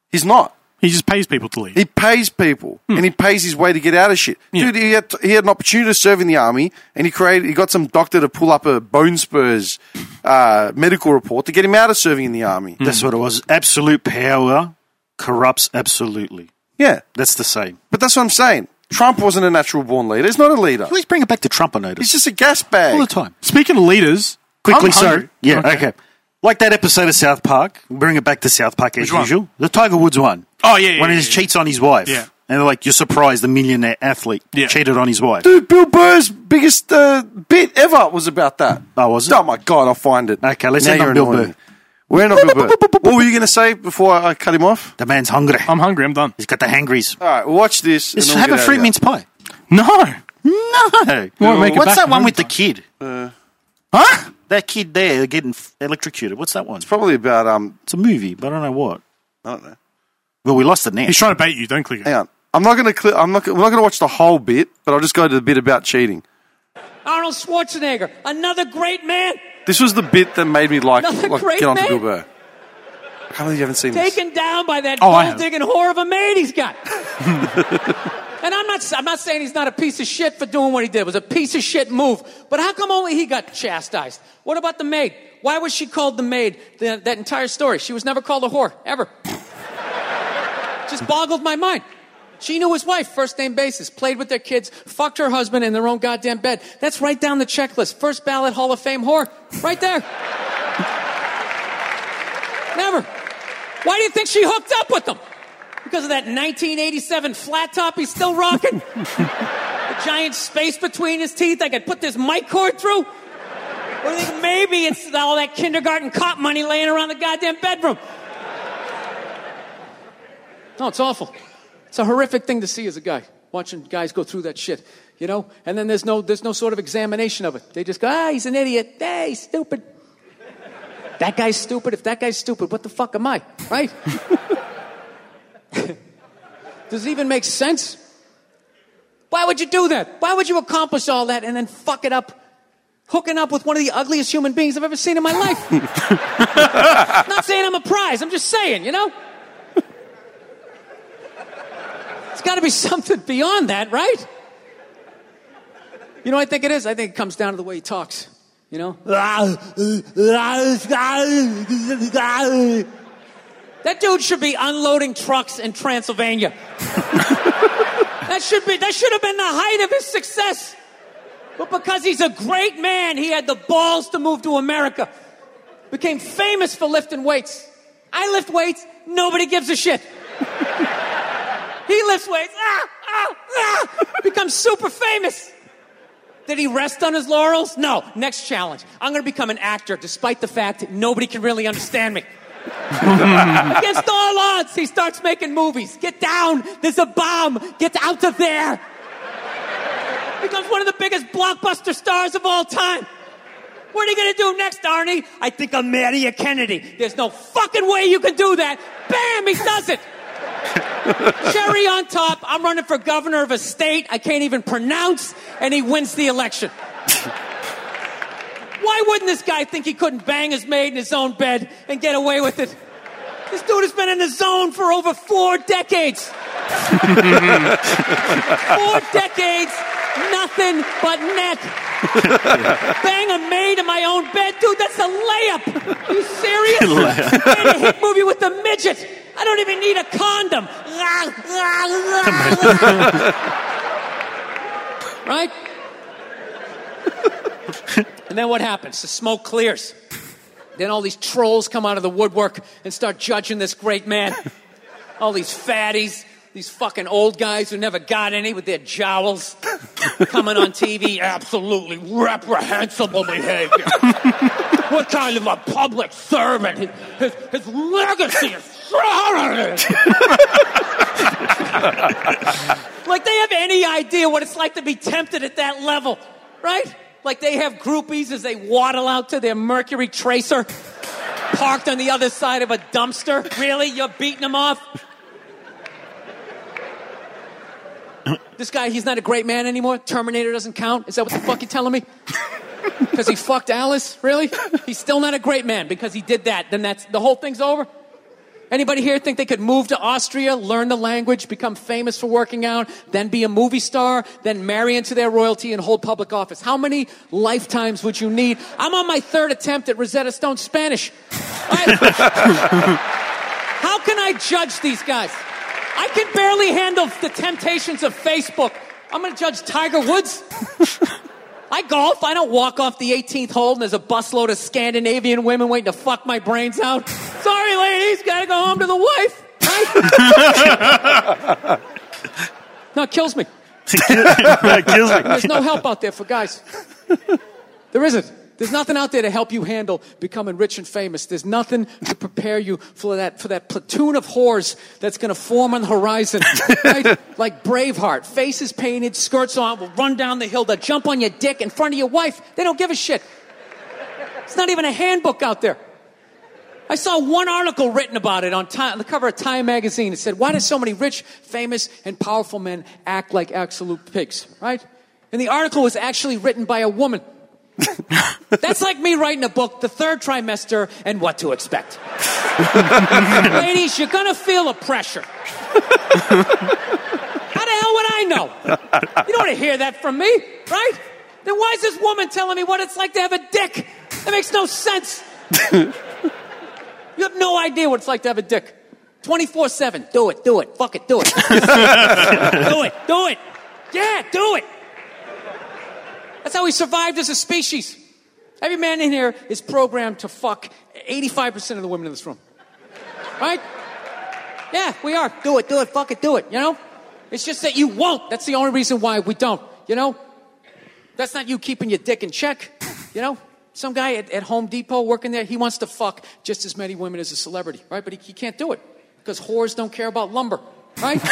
Speaker 1: He's not.
Speaker 3: he just pays people to leave.
Speaker 1: He pays people, and he pays his way to get out of shit. Dude, he had, he had an opportunity to serve in the army, and he created. He got some doctor to pull up a bone spurs uh, medical report to get him out of serving in the army.
Speaker 2: That's what it was. Absolute power corrupts absolutely.
Speaker 1: Yeah,
Speaker 2: That's the saying.
Speaker 1: but that's what I'm saying. Trump wasn't a natural born leader. He's not a leader.
Speaker 2: Please bring it back to Trump, I notice.
Speaker 1: He's just a gas bag.
Speaker 2: all the time.
Speaker 3: Speaking of leaders,
Speaker 2: quickly,
Speaker 3: I'm
Speaker 2: so
Speaker 3: hungry.
Speaker 2: yeah, okay. Like that episode of South Park, bring it back to South Park as
Speaker 3: Which one?
Speaker 2: usual. The Tiger Woods one.
Speaker 3: Oh, yeah, yeah,
Speaker 2: when
Speaker 3: yeah,
Speaker 2: he
Speaker 3: yeah.
Speaker 2: cheats on his wife.
Speaker 3: Yeah.
Speaker 2: and they're like, you're surprised the millionaire athlete
Speaker 3: Yeah.
Speaker 2: cheated on his wife.
Speaker 1: Dude, Bill Burr's biggest uh, bit ever was about that.
Speaker 2: Oh, was it?
Speaker 1: Oh my god, I'll find it.
Speaker 2: Okay, let's end on
Speaker 1: you're
Speaker 2: Bill
Speaker 1: annoying
Speaker 2: Burr.
Speaker 1: me. We're not Bill Burr. What were you going to say before I cut him off?
Speaker 2: The man's hungry.
Speaker 3: I'm hungry. I'm done.
Speaker 2: He's got the hangries.
Speaker 1: All right, we'll watch this. and then
Speaker 2: Just
Speaker 1: we'll
Speaker 2: have
Speaker 1: get
Speaker 2: a
Speaker 1: out of
Speaker 2: fruit
Speaker 1: here.
Speaker 2: mince pie.
Speaker 3: No.
Speaker 2: No,
Speaker 3: won't make it
Speaker 2: what's
Speaker 3: back Uh.
Speaker 2: that one
Speaker 3: home
Speaker 2: with the
Speaker 3: time.
Speaker 2: kid?
Speaker 3: Huh?
Speaker 2: That kid there getting f- electrocuted. What's that one?
Speaker 1: Probably about um.
Speaker 2: It's a movie, but I don't know what.
Speaker 1: I don't know.
Speaker 2: Well, we lost the net.
Speaker 3: He's trying to bait you. Don't click it.
Speaker 1: Hang on. I'm not going to. Cl- I'm not. We're not going to watch the whole bit, but I'll just go to the bit about cheating.
Speaker 7: Arnold Schwarzenegger, another great man,
Speaker 1: This was the bit that made me like,
Speaker 7: Another
Speaker 1: like
Speaker 7: great
Speaker 1: get onto
Speaker 7: man.
Speaker 1: Bill Burr. I can't believe you haven't seen this.
Speaker 7: taken down by that
Speaker 3: Oh, I have.
Speaker 7: gold digging whore of a maid he's got. and I'm not, I'm not saying he's not a piece of shit for doing what he did. It was a piece of shit move. But how come only he got chastised? What about the maid? Why was she called the maid the, that entire story? She was never called a whore, ever. Just boggled my mind. She knew his wife, first name basis, played with their kids, fucked her husband in their own goddamn bed. That's right down the checklist. First ballot Hall of Fame whore. Right there. Never. Why do you think she hooked up with him? Because of that 1987 flat top he's still rocking? the giant space between his teeth I could put this mic cord through? Or do you think maybe it's all that kindergarten cop money laying around the goddamn bedroom? No, it's awful. It's a horrific thing to see as a guy, watching guys go through that shit, you know? And then there's no, there's no sort of examination of it. They just go, ah, he's an idiot. Hey, he's stupid. That guy's stupid. If that guy's stupid, what the fuck am I? Right? Does it even make sense? Why would you do that? Why would you accomplish all that and then fuck it up? Hooking up with one of the ugliest human beings I've ever seen in my life. Not saying I'm a prize, I'm just saying, you know? It's got to be something beyond that, right? You know, what I think it is. I think it comes down to the way he talks. You know, that dude should be unloading trucks in Transylvania. that should be that should have been the height of his success. But because he's a great man, he had the balls to move to America. Became famous for lifting weights. I lift weights. Nobody gives a shit. He lifts weights. Ah, ah, ah. Becomes super famous. Did he rest on his laurels? No. Next challenge. I'm going to become an actor despite the fact that nobody can really understand me. Against all odds, he starts making movies. Get down. There's a bomb. Get out of there. Becomes one of the biggest blockbuster stars of all time. What are you going to do next, Arnie? I think I'm marry a Kennedy. There's no fucking way you can do that. Bam, he does it. Cherry on top. I'm running for governor of a state I can't even pronounce, and he wins the election. Why wouldn't this guy think he couldn't bang his maid in his own bed and get away with it? This dude has been in the zone for over four decades. Four decades, nothing but net. Bang a maid in my own bed, dude. That's a layup. Are you serious? Made a hit movie with the midget. I don't even need a condom. right? and then what happens? The smoke clears. Then all these trolls come out of the woodwork and start judging this great man. All these fatties, these fucking old guys who never got any with their jowls coming on TV. Absolutely reprehensible behavior. what kind of a public servant? His, his legacy is like they have any idea what it's like to be tempted at that level, right? Like they have groupies as they waddle out to their Mercury Tracer parked on the other side of a dumpster. Really? You're beating them off? This guy, he's not a great man anymore. Terminator doesn't count. Is that what the fuck you're telling me? Because he fucked Alice? Really? He's still not a great man because he did that. Then that's the whole thing's over? Anybody here think they could move to Austria, learn the language, become famous for working out, then be a movie star, then marry into their royalty and hold public office? How many lifetimes would you need? I'm on my third attempt at Rosetta Stone Spanish. I- how can I judge these guys? I can barely handle the temptations of Facebook. I'm going to judge Tiger Woods. I golf. I don't walk off the 18th hole and there's a busload of Scandinavian women waiting to fuck my brains out. Sorry, ladies, gotta go home to the wife. Right? no, it kills me. There's no help out there for guys. There isn't. There's nothing out there to help you handle becoming rich and famous. There's nothing to prepare you for that for that platoon of whores that's going to form on the horizon, right? like Braveheart. Faces painted, skirts on, will run down the hill. They'll jump on your dick in front of your wife. They don't give a shit. It's not even a handbook out there. I saw one article written about it on, Time, on the cover of Time magazine. It said, "Why do so many rich, famous, and powerful men act like absolute pigs?" Right? And the article was actually written by a woman. That's like me writing a book, the third trimester, and what to expect. Ladies, you're gonna feel a pressure. How the hell would I know? You don't want to hear that from me, right? Then why is this woman telling me what it's like to have a dick? That makes no sense. You have no idea what it's like to have a dick. 24 7. Do it, do it, fuck it, do it. do it, do it. Yeah, do it. That's how we survived as a species. Every man in here is programmed to fuck 85% of the women in this room. Right? Yeah, we are. Do it, do it, fuck it, do it, you know? It's just that you won't. That's the only reason why we don't, you know? That's not you keeping your dick in check, you know? Some guy at, at Home Depot working there, he wants to fuck just as many women as a celebrity, right? But he, he can't do it because whores don't care about lumber, right?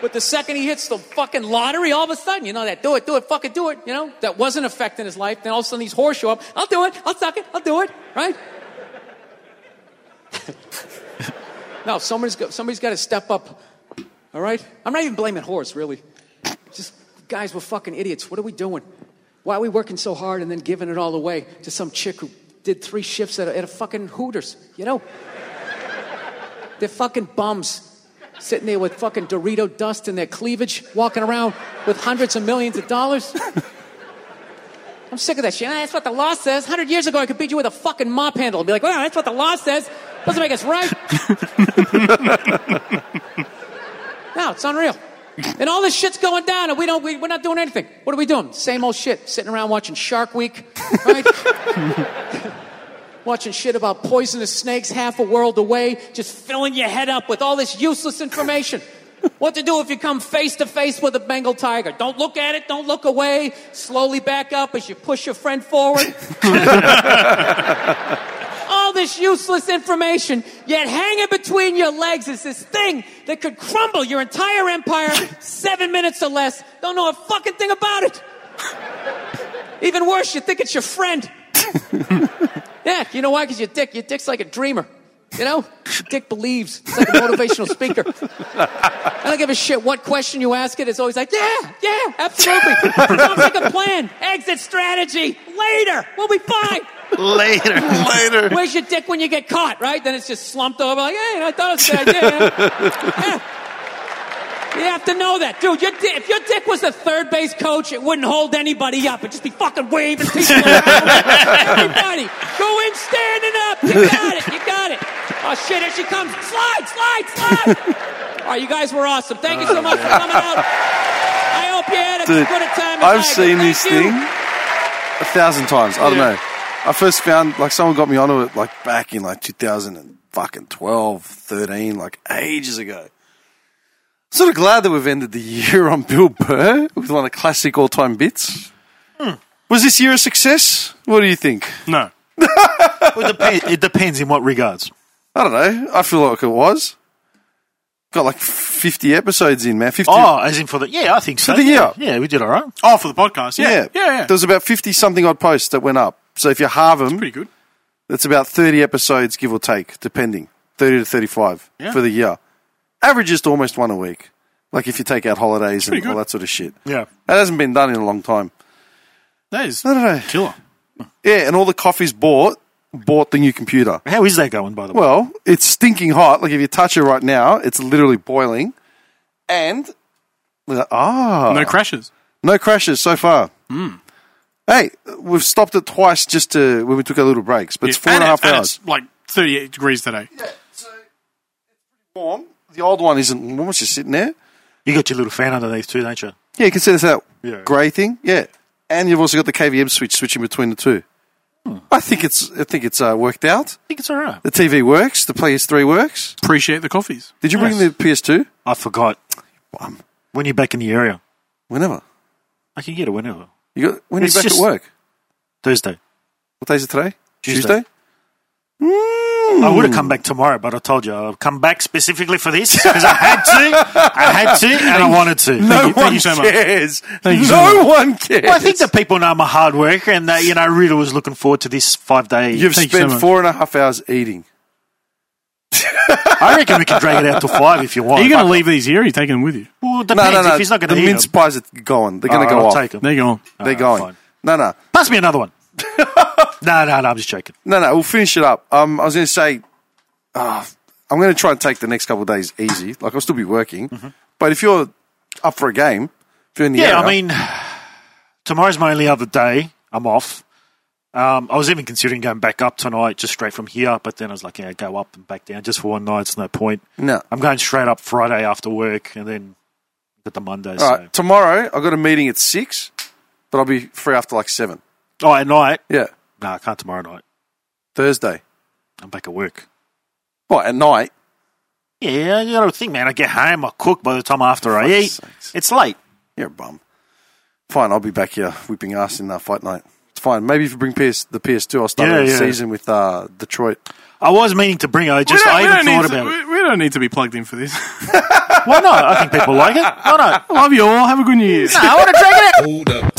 Speaker 7: but the second he hits the fucking lottery, all of a sudden, you know, that do it, do it, fucking do it, you know, that wasn't affecting his life. Then all of a sudden these whores show up. I'll do it, I'll suck it, I'll do it, right? no, somebody's got, somebody's got to step up, all right? I'm not even blaming whores, really. Just guys, we're fucking idiots. What are we doing? Why are we working so hard and then giving it all away to some chick who did three shifts at a, at a fucking Hooters? You know? They're fucking bums sitting there with fucking Dorito dust in their cleavage, walking around with hundreds of millions of dollars. I'm sick of that shit. Ah, That's what the law says. Hundred years ago, I could beat you with a fucking mop handle and be like, "Well, that's what the law says. Doesn't make us right." no, it's unreal. And all this shit's going down, and we don't. We, we're not doing anything. What are we doing? Same old shit. Sitting around watching Shark Week, right? watching shit about poisonous snakes half a world away, just filling your head up with all this useless information. What to do if you come face to face with a Bengal tiger? Don't look at it. Don't look away. Slowly back up as you push your friend forward. All this useless information, yet hanging between your legs is this thing that could crumble your entire empire seven minutes or less. Don't know a fucking thing about it. Even worse, you think it's your friend. yeah, you know why? Because your dick, your dick's like a dreamer. You know, Your dick believes. It's like a motivational speaker. I don't give a shit what question you ask it. It's always like, yeah, yeah, absolutely. Sounds like a plan. Exit strategy. Later. We'll be fine.
Speaker 2: Later. Later.
Speaker 7: Where's your dick when you get caught, right? Then it's just slumped over like, hey, I thought it was a good idea. You have to know that, dude. Your di- if your dick was the third base coach, it wouldn't hold anybody up. It'd just be fucking waving people around. Everybody, go in standing up. You got it. You got it. Oh shit! Here she comes. Slide, slide, slide. All right, you guys were awesome. Thank you so much for coming out. I hope you had as
Speaker 1: Dude,
Speaker 7: good a time as I
Speaker 1: I've
Speaker 7: did.
Speaker 1: seen
Speaker 7: Thank
Speaker 1: this
Speaker 7: you.
Speaker 1: thing a thousand times. I don't
Speaker 7: Yeah.
Speaker 1: know. I first found like someone got me onto it like back in like 2012, 13, like ages ago. Sort of glad that we've ended the year on Bill Burr with one of the classic all-time bits.
Speaker 7: Hmm.
Speaker 1: Was this year a success? What do you think?
Speaker 3: No.
Speaker 2: It depends, it depends in what regards.
Speaker 1: I don't know. I feel like it was. Got like 50 episodes in, man. 50.
Speaker 2: Oh, as in for the yeah, I think so.
Speaker 1: For the year.
Speaker 2: yeah, we did all right.
Speaker 3: Oh, for the podcast. Yeah.
Speaker 1: yeah.
Speaker 3: Yeah. yeah,
Speaker 1: There was about 50 something odd posts that went up. So if you halve them,
Speaker 3: Pretty good.
Speaker 1: That's about 30 episodes, give or take, depending. 30 to 35 for the year. Averages to almost one a week. Like if you take out holidays and
Speaker 3: pretty
Speaker 1: all
Speaker 3: good.
Speaker 1: that sort of shit.
Speaker 3: Yeah.
Speaker 1: That hasn't been done in a long time.
Speaker 3: That is
Speaker 1: I don't know.
Speaker 3: killer.
Speaker 1: Yeah, and all the coffee's bought, bought the new computer.
Speaker 2: How is that going, by the way?
Speaker 1: Well, it's stinking hot. Like if you touch it right now, it's literally boiling. And, ah.
Speaker 3: No crashes.
Speaker 1: No crashes so far. Hey, we've stopped it twice just to when we took our little breaks, but it's
Speaker 3: Yeah.
Speaker 1: four and a
Speaker 3: it-
Speaker 1: half hours.
Speaker 3: It's like 38 degrees today.
Speaker 1: warm. The old one isn't warm. It's just sitting there.
Speaker 2: You got your little fan underneath too, don't you?
Speaker 1: Yeah, you can see there's that
Speaker 2: Yeah.
Speaker 1: grey thing. Yeah, and you've also got the KVM switch switching between the two. I think it's I think it's uh, worked out.
Speaker 2: I think it's all right.
Speaker 1: The TV works. The PS3 works.
Speaker 3: Appreciate the coffees.
Speaker 1: Did you bring the PS2?
Speaker 2: I forgot.
Speaker 1: Um,
Speaker 2: When you're back in the area,
Speaker 1: Whenever
Speaker 2: I can get it whenever.
Speaker 1: you got when
Speaker 2: It's
Speaker 1: are you back
Speaker 2: just-
Speaker 1: at work.
Speaker 2: Thursday.
Speaker 1: What days is it today?
Speaker 2: Tuesday. I would
Speaker 1: Hmm.
Speaker 2: have come back tomorrow, but I told you I've come back specifically for this because I had to. I had to, and I wanted to.
Speaker 1: No
Speaker 3: you- thank
Speaker 1: one
Speaker 3: you so much.
Speaker 1: cares.
Speaker 3: you so
Speaker 1: no one cares.
Speaker 2: Well, I think that people know I'm a hard worker, and that you know, I really was looking forward to this five day.
Speaker 1: you've
Speaker 3: Thank you so
Speaker 1: spent
Speaker 3: much.
Speaker 1: four and a half hours eating.
Speaker 2: I reckon we can drag it out to five if you want.
Speaker 3: Are you going to leave these here or are you taking them with you?
Speaker 2: Well,
Speaker 1: No,
Speaker 2: depends
Speaker 1: no, no.
Speaker 2: if he's not going
Speaker 1: the
Speaker 2: to eat
Speaker 1: mince
Speaker 2: them.
Speaker 1: pies are gone. They're going to
Speaker 2: All right,
Speaker 1: go
Speaker 2: I'll
Speaker 1: off.
Speaker 2: take 'em.
Speaker 3: There you go.
Speaker 1: They're going.
Speaker 2: fine.
Speaker 1: No, no.
Speaker 2: Pass me another one. no, no, no. I'm just joking.
Speaker 1: No, no, we'll finish it up. Um, I was going to say, uh, I'm going to try and take the next couple of days easy. Like, I'll still be working. But if you're up for a game, if you're in the
Speaker 2: Mm-hmm. Yeah,
Speaker 1: area,
Speaker 2: I mean, tomorrow's my only other day. I'm off. Um, I was even considering going back up tonight, just straight from here, but then I was like, yeah, go up and back down just for one night. It's no point.
Speaker 1: No.
Speaker 2: I'm going straight up Friday after work, and then got the Monday.
Speaker 1: All right, tomorrow, I've got a meeting at 6, but I'll be free after like 7.
Speaker 2: So. Oh, at night?
Speaker 1: Yeah,
Speaker 2: No, I can't tomorrow night.
Speaker 1: Thursday.
Speaker 2: I'm back at work.
Speaker 1: What, at night?
Speaker 2: Yeah, you know, think, man. I get home, I cook by the time after I eat.
Speaker 1: sakes.
Speaker 2: It's late.
Speaker 1: You're a bum. Fine, I'll be back here whipping ass in that fight night. It's fine. Maybe if you bring PS, the PS2, I'll start
Speaker 2: Yeah,
Speaker 1: a
Speaker 2: yeah.
Speaker 1: season with uh, Detroit.
Speaker 2: I was meaning to bring it,
Speaker 3: We
Speaker 2: just
Speaker 3: don't-
Speaker 2: I
Speaker 3: we
Speaker 2: even
Speaker 3: don't
Speaker 2: thought
Speaker 3: need to-
Speaker 2: about it.
Speaker 3: we- we don't need to be plugged in for this.
Speaker 2: Why not? I think people like it. Why not?
Speaker 3: Love you all. Have a good New Year's.
Speaker 2: I want to drag it out.
Speaker 11: Hold up.